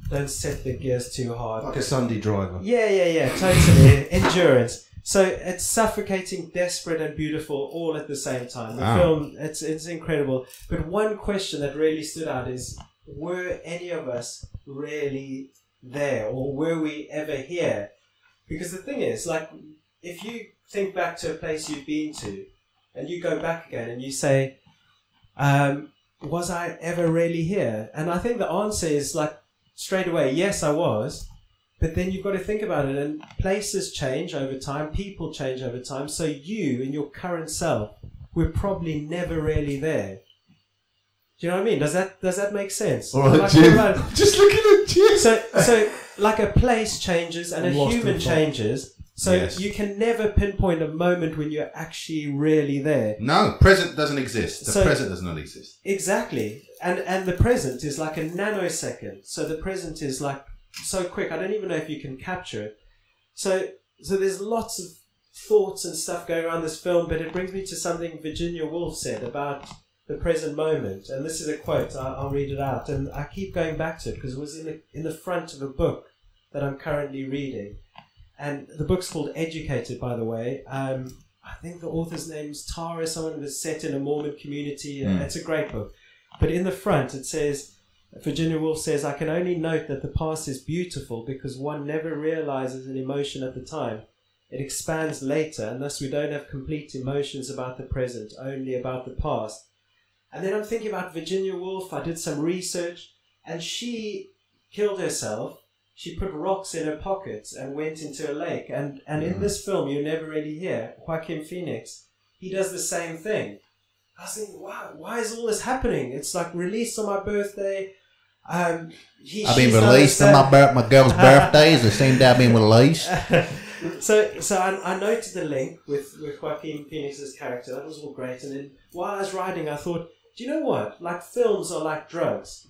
don't set the gears too hard. Like a Sunday driver. Yeah, yeah, yeah, totally. Endurance. So it's suffocating, desperate, and beautiful all at the same time. The Wow. film, it's, it's incredible. But one question that really stood out is were any of us really there or were we ever here? Because the thing is, like, if you think back to a place you've been to and you go back again and you say, um, was I ever really here? And I think the answer is like straight away, yes, I was. But then you've got to think about it, and places change over time, people change over time. So you and your current self were probably never really there. Do you know what I mean? Does that does that make sense? All right, Like, Jim. think about it. Just looking at you. So so like a place changes and a I'm lost human in thought. changes. So Yes. you can never pinpoint a moment when you're actually really there. No, present doesn't exist. The So- present does not exist. Exactly. And and the present is like a nanosecond. So the present is like so quick. I don't even know if you can capture it. So so there's lots of thoughts and stuff going around this film, but it brings me to something Virginia Woolf said about the present moment. And this is a quote. I, I'll read it out, and I keep going back to it because it was in the, in the front of a book that I'm currently reading, and the book's called Educated, by the way. Um, I think the author's name is Tara, someone who's set in a Mormon community. and It's a great book. But in the front, it says, Virginia Woolf says, I can only note that the past is beautiful because one never realizes an emotion at the time. It expands later, and thus we don't have complete emotions about the present, only about the past. And then I'm thinking about Virginia Woolf. I did some research, and she killed herself. She put rocks in her pockets and went into a lake. And, and Mm. in this film, you never really hear Joaquin Phoenix. He does the same thing. I was thinking, wow, why is all this happening? It's like released on my birthday. Um, he, I've been she's not released on upset. my, bir- my girl's birthdays. It seemed to have been released. so so I, I noted the link with, with Joaquin Phoenix's character. That was all great. And then while I was riding, I thought, do you know what? Like films are like drugs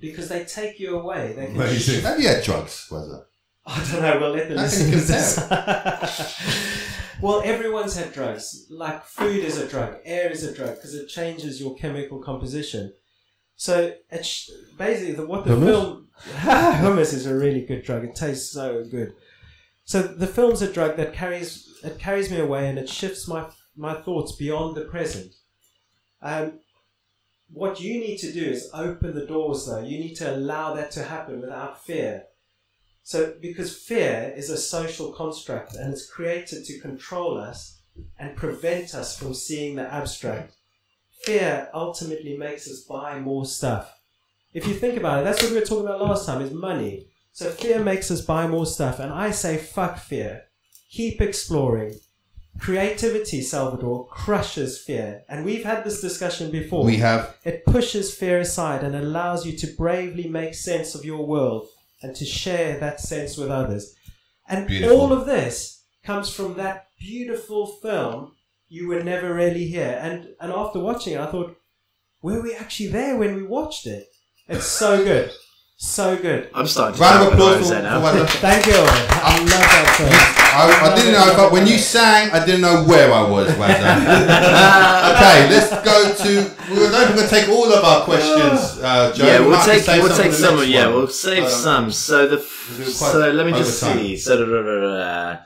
because they take you away. They can Amazing. Have you had drugs, was it? I don't know. We'll let the I think listeners it's well, everyone's had drugs. Like food is a drug, air is a drug because it changes your chemical composition. So it's sh- basically the, what the Hummus? film hummus is a really good drug. It tastes so good. So the film's a drug that carries it carries me away and it shifts my my thoughts beyond the present. Um, what you need to do is open the doors, though. You need to allow that to happen without fear. So, because fear is a social construct and it's created to control us and prevent us from seeing the abstract, fear ultimately makes us buy more stuff. If you think about it, that's what we were talking about last time is money. So, fear makes us buy more stuff, and I say fuck fear. Keep exploring. Creativity, Salvador, crushes fear. And we've had this discussion before. We have. It pushes fear aside and allows you to bravely make sense of your world and to share that sense with others. And Beautiful. all of this comes from that beautiful film you were never really here. And and after watching it, I thought, were we actually there when we watched it? It's so good, so good. I'm starting to Round doubt of whether I applause was for, there for now. Wanda. Thank you. I love that film. I, I didn't know, but when you sang, I didn't know where I was, Wanda. okay, let's go to. We're not going to take all of our questions, uh, Joe. yeah, We might we'll have to take save we'll for take the some. next Yeah, one. we'll save Um, some. So the We'll f- do quite so let me just overtime. see. So da, da, da, da, da.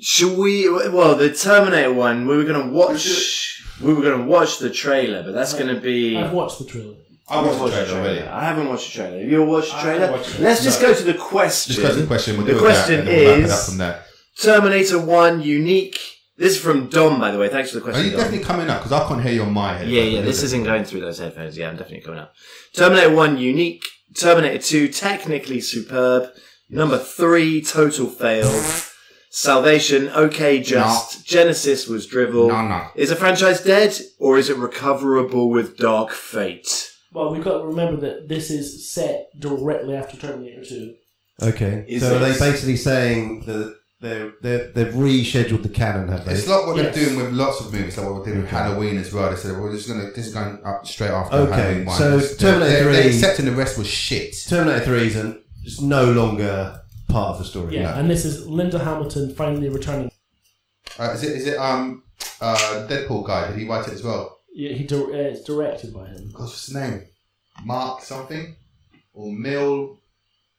should we? Well, the Terminator one. We were gonna watch. We were gonna watch the trailer, but that's gonna be. I've watched the trailer. I watched the Watch trailer already. I haven't watched the trailer. Have you all watched the I trailer? haven't watched it. Let's just No. go to the question. Just go to the question. We'll The deal with that, question and then we'll wrap it is- up from there. Terminator One unique. This is from Dom, by the way. Thanks for the Are question. you Dom. definitely coming up? Because I can't hear you on my head. Yeah, yeah, this isn't going through those headphones. Yeah, I'm definitely coming up. Terminator 1, unique. Terminator 2, technically superb. Number 3, total fail. Salvation, okay, just. Genesis was drivel. No, no. Is the franchise dead, or is it recoverable with Dark Fate? Well, we've got to remember that this is set directly after Terminator 2. Okay. Is so are they this- basically saying that they're, they're, they've rescheduled the canon, have they? It's like what Yes. they're doing with lots of movies, like what we're doing with Okay. Halloween as well. They said, "Well, this is going to this is going up straight after Okay, Halloween." one." so It's- Terminator they're, they're three- accepting the rest was shit. Terminator 3 isn't, it's no longer part of the story. Yeah, and this is Linda Hamilton finally returning. Uh, is it is it um uh Deadpool guy? Did he write it as well? Yeah, He di- uh, it's directed by him. What's his name? Mark something or Mill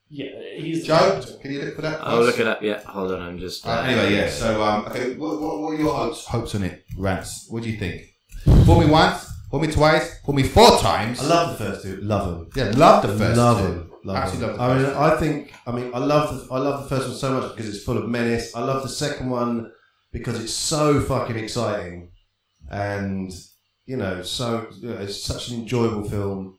Yeah, he's the Joe? director. Can you look for that? Oh, look it up. Yeah, hold on. I'm just. Uh, anyway, yeah. So um, okay, what, what, what are your hopes hopes on it, Rance? What do you think? Fool me once, fool me twice, fool me four times. I love the first two. Love them. yeah, love the first. love two. them. Love Absolutely love them. the I mean, first I think. I mean, I love. The, I love the first one so much because it's full of menace. I love the second one because it's so fucking exciting, and you know, so you know, it's such an enjoyable film.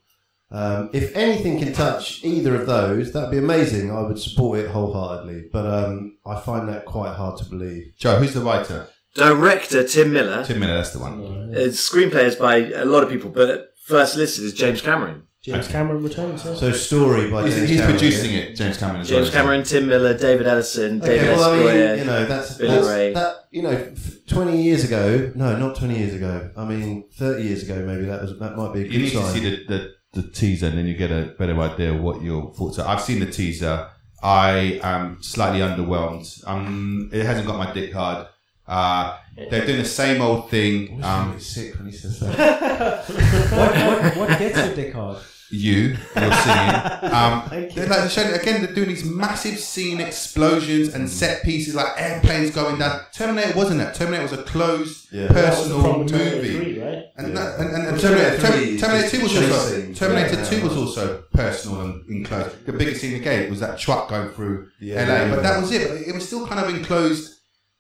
Um, if anything can touch either of those, that'd be amazing. I would support it wholeheartedly, but um, I find that quite hard to believe. Joe, who's the writer? Director Tim Miller. Tim Miller, that's the one. Uh, screenplay is by a lot of people, but first listed is James Cameron. James Cameron returns. Yeah. So, story by He's, James he's Cameron, producing yeah? it, James Cameron. As James well, Cameron, Tim Miller, David Ellison, Okay, David well, I Esquire. mean, you know, that's, Billy that's- Ray. that. You know, f- twenty years ago. No, not twenty years ago. I mean, thirty years ago, maybe that was that might be a good You need sign. to see the, the, the teaser and then you get a better idea of what your thoughts are. I've seen the teaser. I am slightly underwhelmed. Um, it hasn't got my dick hard. Uh, they're doing the same old thing. Um, Um, sick when he says that. What, what, what gets your dick hard? you, you're singing. Um, they're like showing, again, they're doing these massive scene explosions and set pieces, like airplanes going down. Terminator wasn't that. Terminator was a closed, Yeah. personal movie. Three, right? And, Yeah. that, and, and, and Well, Terminator, Terminator Terminator, three is Two was just also chasing. Terminator Yeah. Two was also personal and enclosed. The biggest scene again was that truck going through LA, but that was it. But it was still kind of enclosed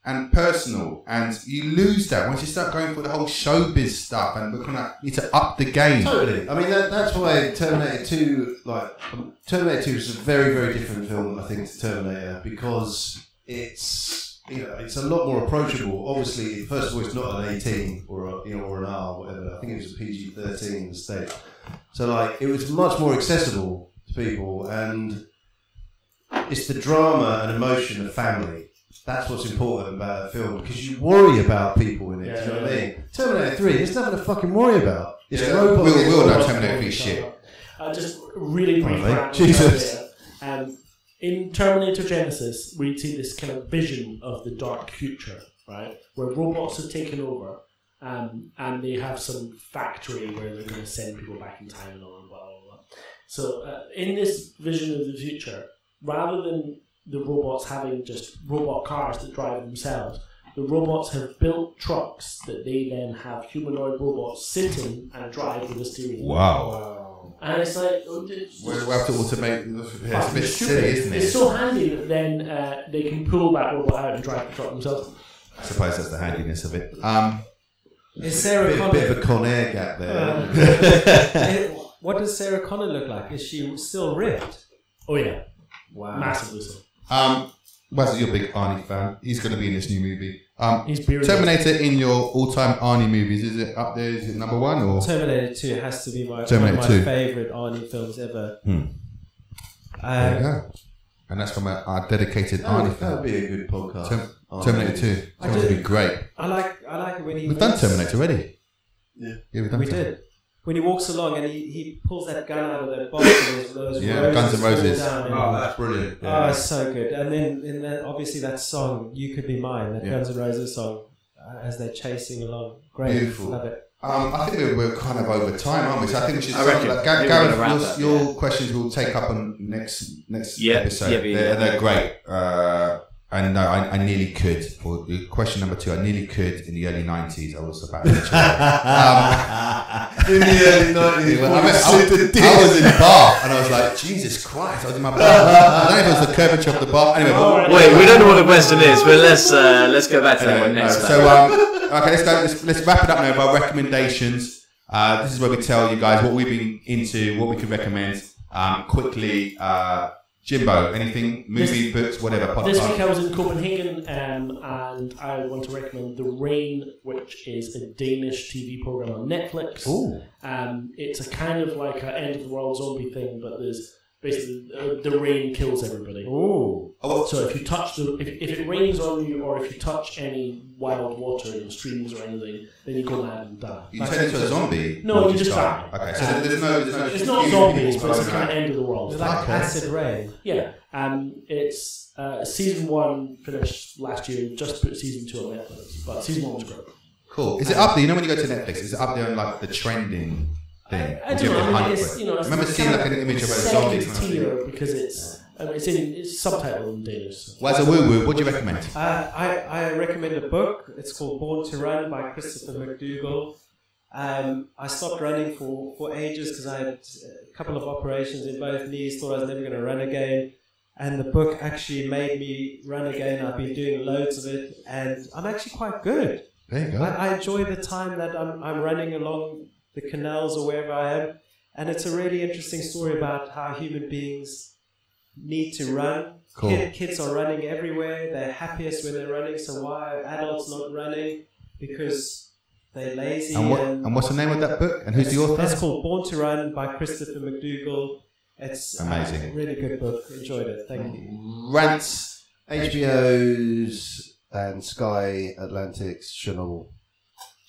and personal, and you lose that once you start going for the whole showbiz stuff, and we're gonna need to up the game. Totally. I mean, that, that's why Terminator 2, like, um, Terminator 2 is a very, very different film, I think, to Terminator, because it's, you know, it's a lot more approachable. Obviously, first of all, it's not an 18 or, a, you know, or an R or whatever. I think it was a PG 13 in the States. So, like, it was much more accessible to people, and it's the drama and emotion of family. That's what's important about a film because you worry about people in it. do you know what I mean? Terminator Three, there's nothing to fucking worry about. It's Yeah. robots. We'll- it's we'll know robots. Terminator three shit. I just really brief Probably. rant on Jesus. Terminator. Um, in Terminator Genesis, we see this kind of vision of the dark future, right? Where robots have taken over, um, and they have some factory where they're going to send people back in time and all and blah blah blah. So uh, in this vision of the future, rather than the robots having just robot cars that drive themselves, the robots have built trucks that they then have humanoid robots sit in and drive with a steering wheel. Wow, And it's like, oh, it's- we we have to automate. yeah, It's a bit It's stupid. silly, isn't it? It's so handy that then uh, they can pull that robot out and drive the truck themselves. I suppose that's the handiness of it. Um, Is Sarah Bit, bit Connor? of a Con Air gap there. eh, what does Sarah Connor look like? Is she still ripped? Oh yeah, Wow. massively so. um, Wes, you're a big Arnie fan. He's going to be in this new movie. Um, He's bearded. Terminator in your all-time Arnie movies is it up there? Is it number one or? Terminator 2 has to be my, Terminator one of 2. my favorite Arnie films ever. Hmm. There you Um, go. And that's from our, our dedicated That Arnie would- that would fan. be a good podcast. Oh. Term- Arnie. Terminator 2. I Terminator would did- be great. I like I like it when he We've done walks- Terminator already. Yeah. Yeah, we've done We Terminator. did. When he walks along and he, he pulls that gun out of that box and there's those Yeah, roses Guns N' fall Roses. down and- Oh, that's brilliant. Oh, it's so good. And then, and then obviously that song, "You Could Be Mine," that Yeah. Guns N' Roses song, uh, as they're chasing along. Great, Beautiful. love it. Um, I think we're, we're kind of over time, aren't we? So I think we should I start reckon like, Ga- maybe we're gonna Gareth, wrap your, that, your questions we'll take up on next next Yeah, episode. yeah, yeah, they're, yeah. they're great. Uh, and no, I, I nearly could. Or your question number two, I nearly could in the early 90s. I was about to Um, in the early 90s. Well, I, when mean, we I, was, sit at I dinner. was in the bar and I was like, Jesus Christ, I was in my bar. I don't know if it was the curvature of the bar. Anyway, we'll- Wait, we don't know what the question is, but let's uh, let's go back to that Anyway, one no, next time. so um, okay, let's go. Let's, let's wrap it up now with our recommendations. Uh, this is where we tell you guys what we've been into, what we can recommend. Um, quickly, uh, Jimbo, anything, movie, books, whatever. This week Podcast. I was in Copenhagen, um, and I want to recommend The Rain, which is a Danish TV program on Netflix. Um, it's a kind of like an end of the world zombie thing, but there's basically uh, the rain kills everybody. Ooh, Oh, So if you touch the, if, if it rains on you, or if you touch any wild water in streams or anything, then you go mad and die. you turn into a zombie? No, or you just die. Okay, so there's no, there's no. It's not zombies, but it's the kind of end of the world. it's like Okay. acid rain. Yeah, um, it's uh, season one finished last year. We Just put season two on Netflix, but season one was great. Cool. Is it up there? You know when you go to Netflix, is it up there on like the trending thing? I You don't give it know. a I mean, hundred. it's, you know, it's Remember it's seeing kind like of an image of a second zombie? tier because it's I mean, it's in it's subtitled in Danish. so- Where's a woo woo? What do you recommend? Uh, I, I recommend a book. It's called Born to Run by Christopher McDougall. Um, I stopped running for, for ages because I had a couple of operations in both knees, thought I was never going to run again. And the book actually made me run again. I've been doing loads of it, and I'm actually quite good. There you I, I enjoy the time that I'm, I'm running along the canals or wherever I am, and it's a really interesting story about how human beings need to run. Cool. Kid- kids are running everywhere. They're happiest when they're running. So why are adults not running? Because they're lazy. And, what, and what's the name of that book? And who's the author? That's called Born to Run by Christopher McDougall. It's uh, Amazing. really good book. Enjoyed it. Thank you. Rants. HBO's and Sky Atlantic's Chernobyl.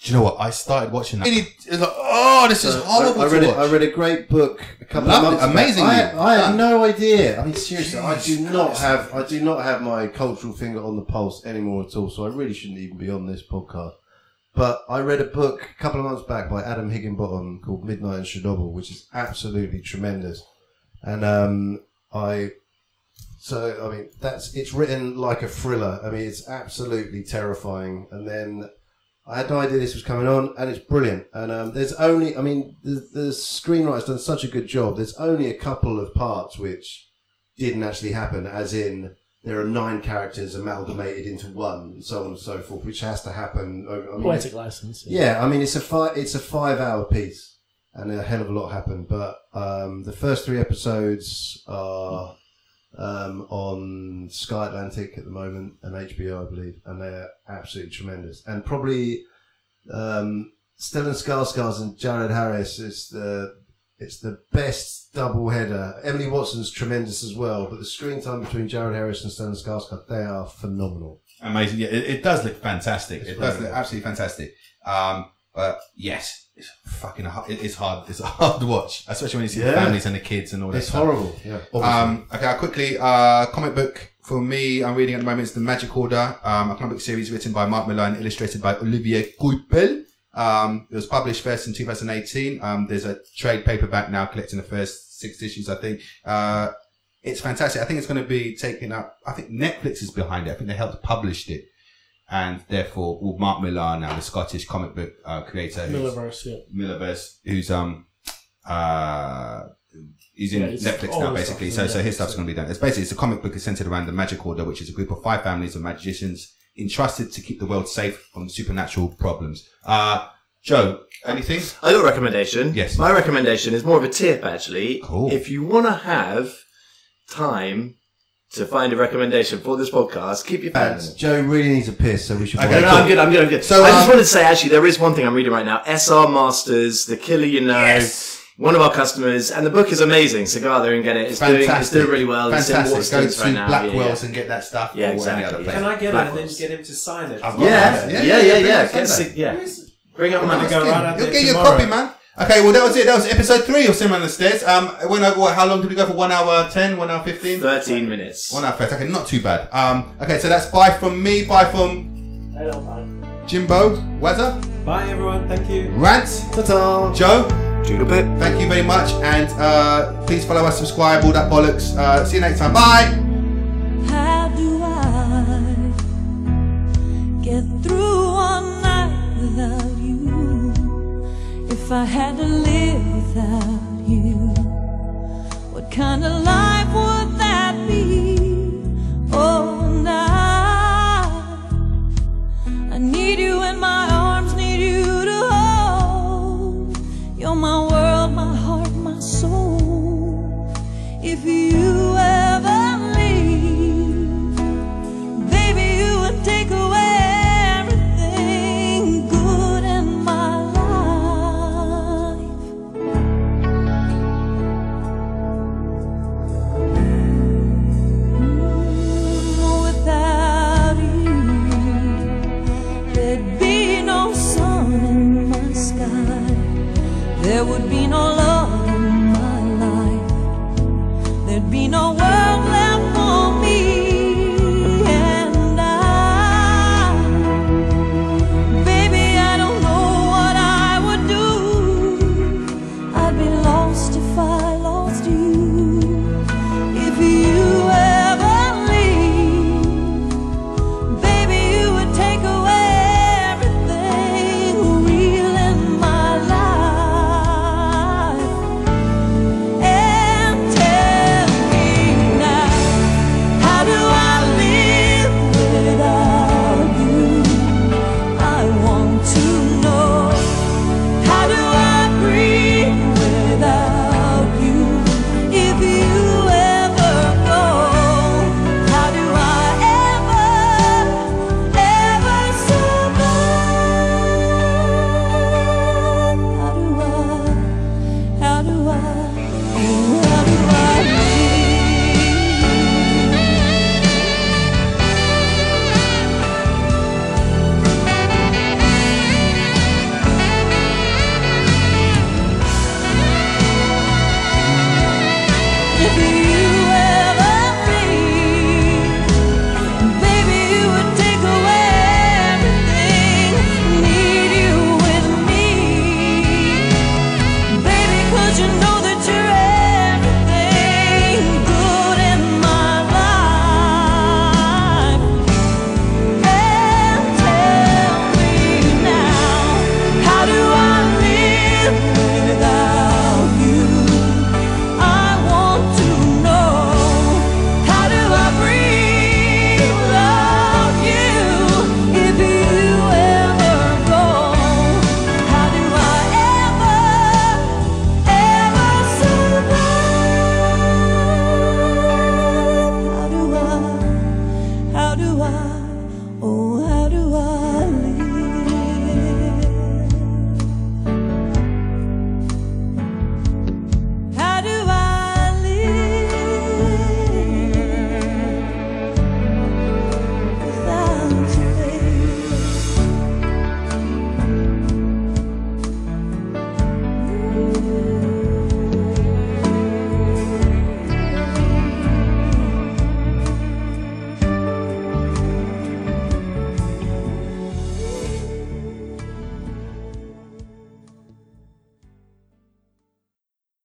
Do you know what? I started watching that. It's like, oh, this is So, horrible I, I read to watch. a- I read a great book a couple Loved of months it, amazingly. back. I, I Yeah. have no idea. I mean, seriously, I do Jesus not Christ. have I do not have my cultural finger on the pulse anymore at all. So I really shouldn't even be on this podcast. But I read a book a couple of months back by Adam Higginbottom called Midnight in Chernobyl, which is absolutely tremendous. And um, I, so I mean, that's it's written like a thriller. I mean, it's absolutely terrifying. And then I had no idea this was coming on, and it's brilliant. And um, there's only, I mean, the, the screenwriter's done such a good job. There's only a couple of parts which didn't actually happen, as in there are nine characters amalgamated into one, and so on and so forth, which has to happen. I mean, Poetic license. yeah, I mean it's a fi- it's a five hour piece, and a hell of a lot happened. But um, the first three episodes are um, on Sky Atlantic at the moment and HBO, I believe, and they're absolutely tremendous. And probably um, Stellan Skarsgård and Jared Harris is the it's the best double header. Emily Watson's tremendous as well, but the screen time between Jared Harris and Stellan Skarsgård they are phenomenal. Amazing. Yeah, it, it does look fantastic. It's it does brilliant. look absolutely fantastic. Um, but yes, it's fucking hard. It's hard. It's a hard watch, especially when you see the Yeah. families and the kids and all that It's stuff. horrible. Yeah. Um, okay, I'll quickly, uh, comic book for me, I'm reading at the moment is The Magic Order, um, a comic book series written by Mark Millar and illustrated by Olivier Coupel. Um, it was published first in 2018. Um, there's a trade paperback now collecting the first six issues, I think. Uh, it's fantastic. I think it's going to be taken up. I think Netflix is behind it. I think they helped publish it. And therefore, well, Mark Millar now, the Scottish comic book uh, creator. who's- Milliverse, yeah. Millerverse, who's um uh he's in Yeah, it's Netflix all now the basically. So stuff in so his Netflix, stuff's yeah. gonna be done. It's basically it's a comic book is centered around the Magic Order, which is a group of five families of magicians entrusted to keep the world safe from supernatural problems. Uh Joe, anything? I got a recommendation. Yes. My recommendation is more of a tip, actually. Cool. If you want to have time to find a recommendation for this podcast, keep your Fans, pants. Joe really needs a piss, so we should. Okay, No, no, cool. I'm good. I'm good. I'm good. So, I just um, wanted to say, actually, there is one thing I'm reading right now: SR Masters, The Killer You Know. One of our customers, and the book is amazing. So go out there and get it. It's doing it's Fantastic. doing really well. Fantastic. It's in Go Waterstones to right now. Yeah, Blackwell's and get that stuff Yeah, or exactly, any other yeah. place. Can I get it Black and then ones. get him to sign it? I've got Yeah, yeah, Yeah, yeah, yeah. yeah, yeah, yeah, Sunday. Get sick- yeah. Bring up money. go right out You'll there get your tomorrow. copy, man. Okay, well that was it. That was episode three of Cinema on the Stairs. Um, it went over. What, how long did we go for? One hour ten? One hour fifteen? Thirteen minutes. One hour thirty. Okay, not too bad. Um, okay, so that's bye from me. Bye from I don't mind. Jimbo, Weather, Bye, everyone. Thank you. Rant, Ta-ta. Joe, Jingle bit. thank you very much. And uh, please follow us, subscribe, all that bollocks. Uh, see you next time. Bye. How do I get through one night without you? If I had to live Oh,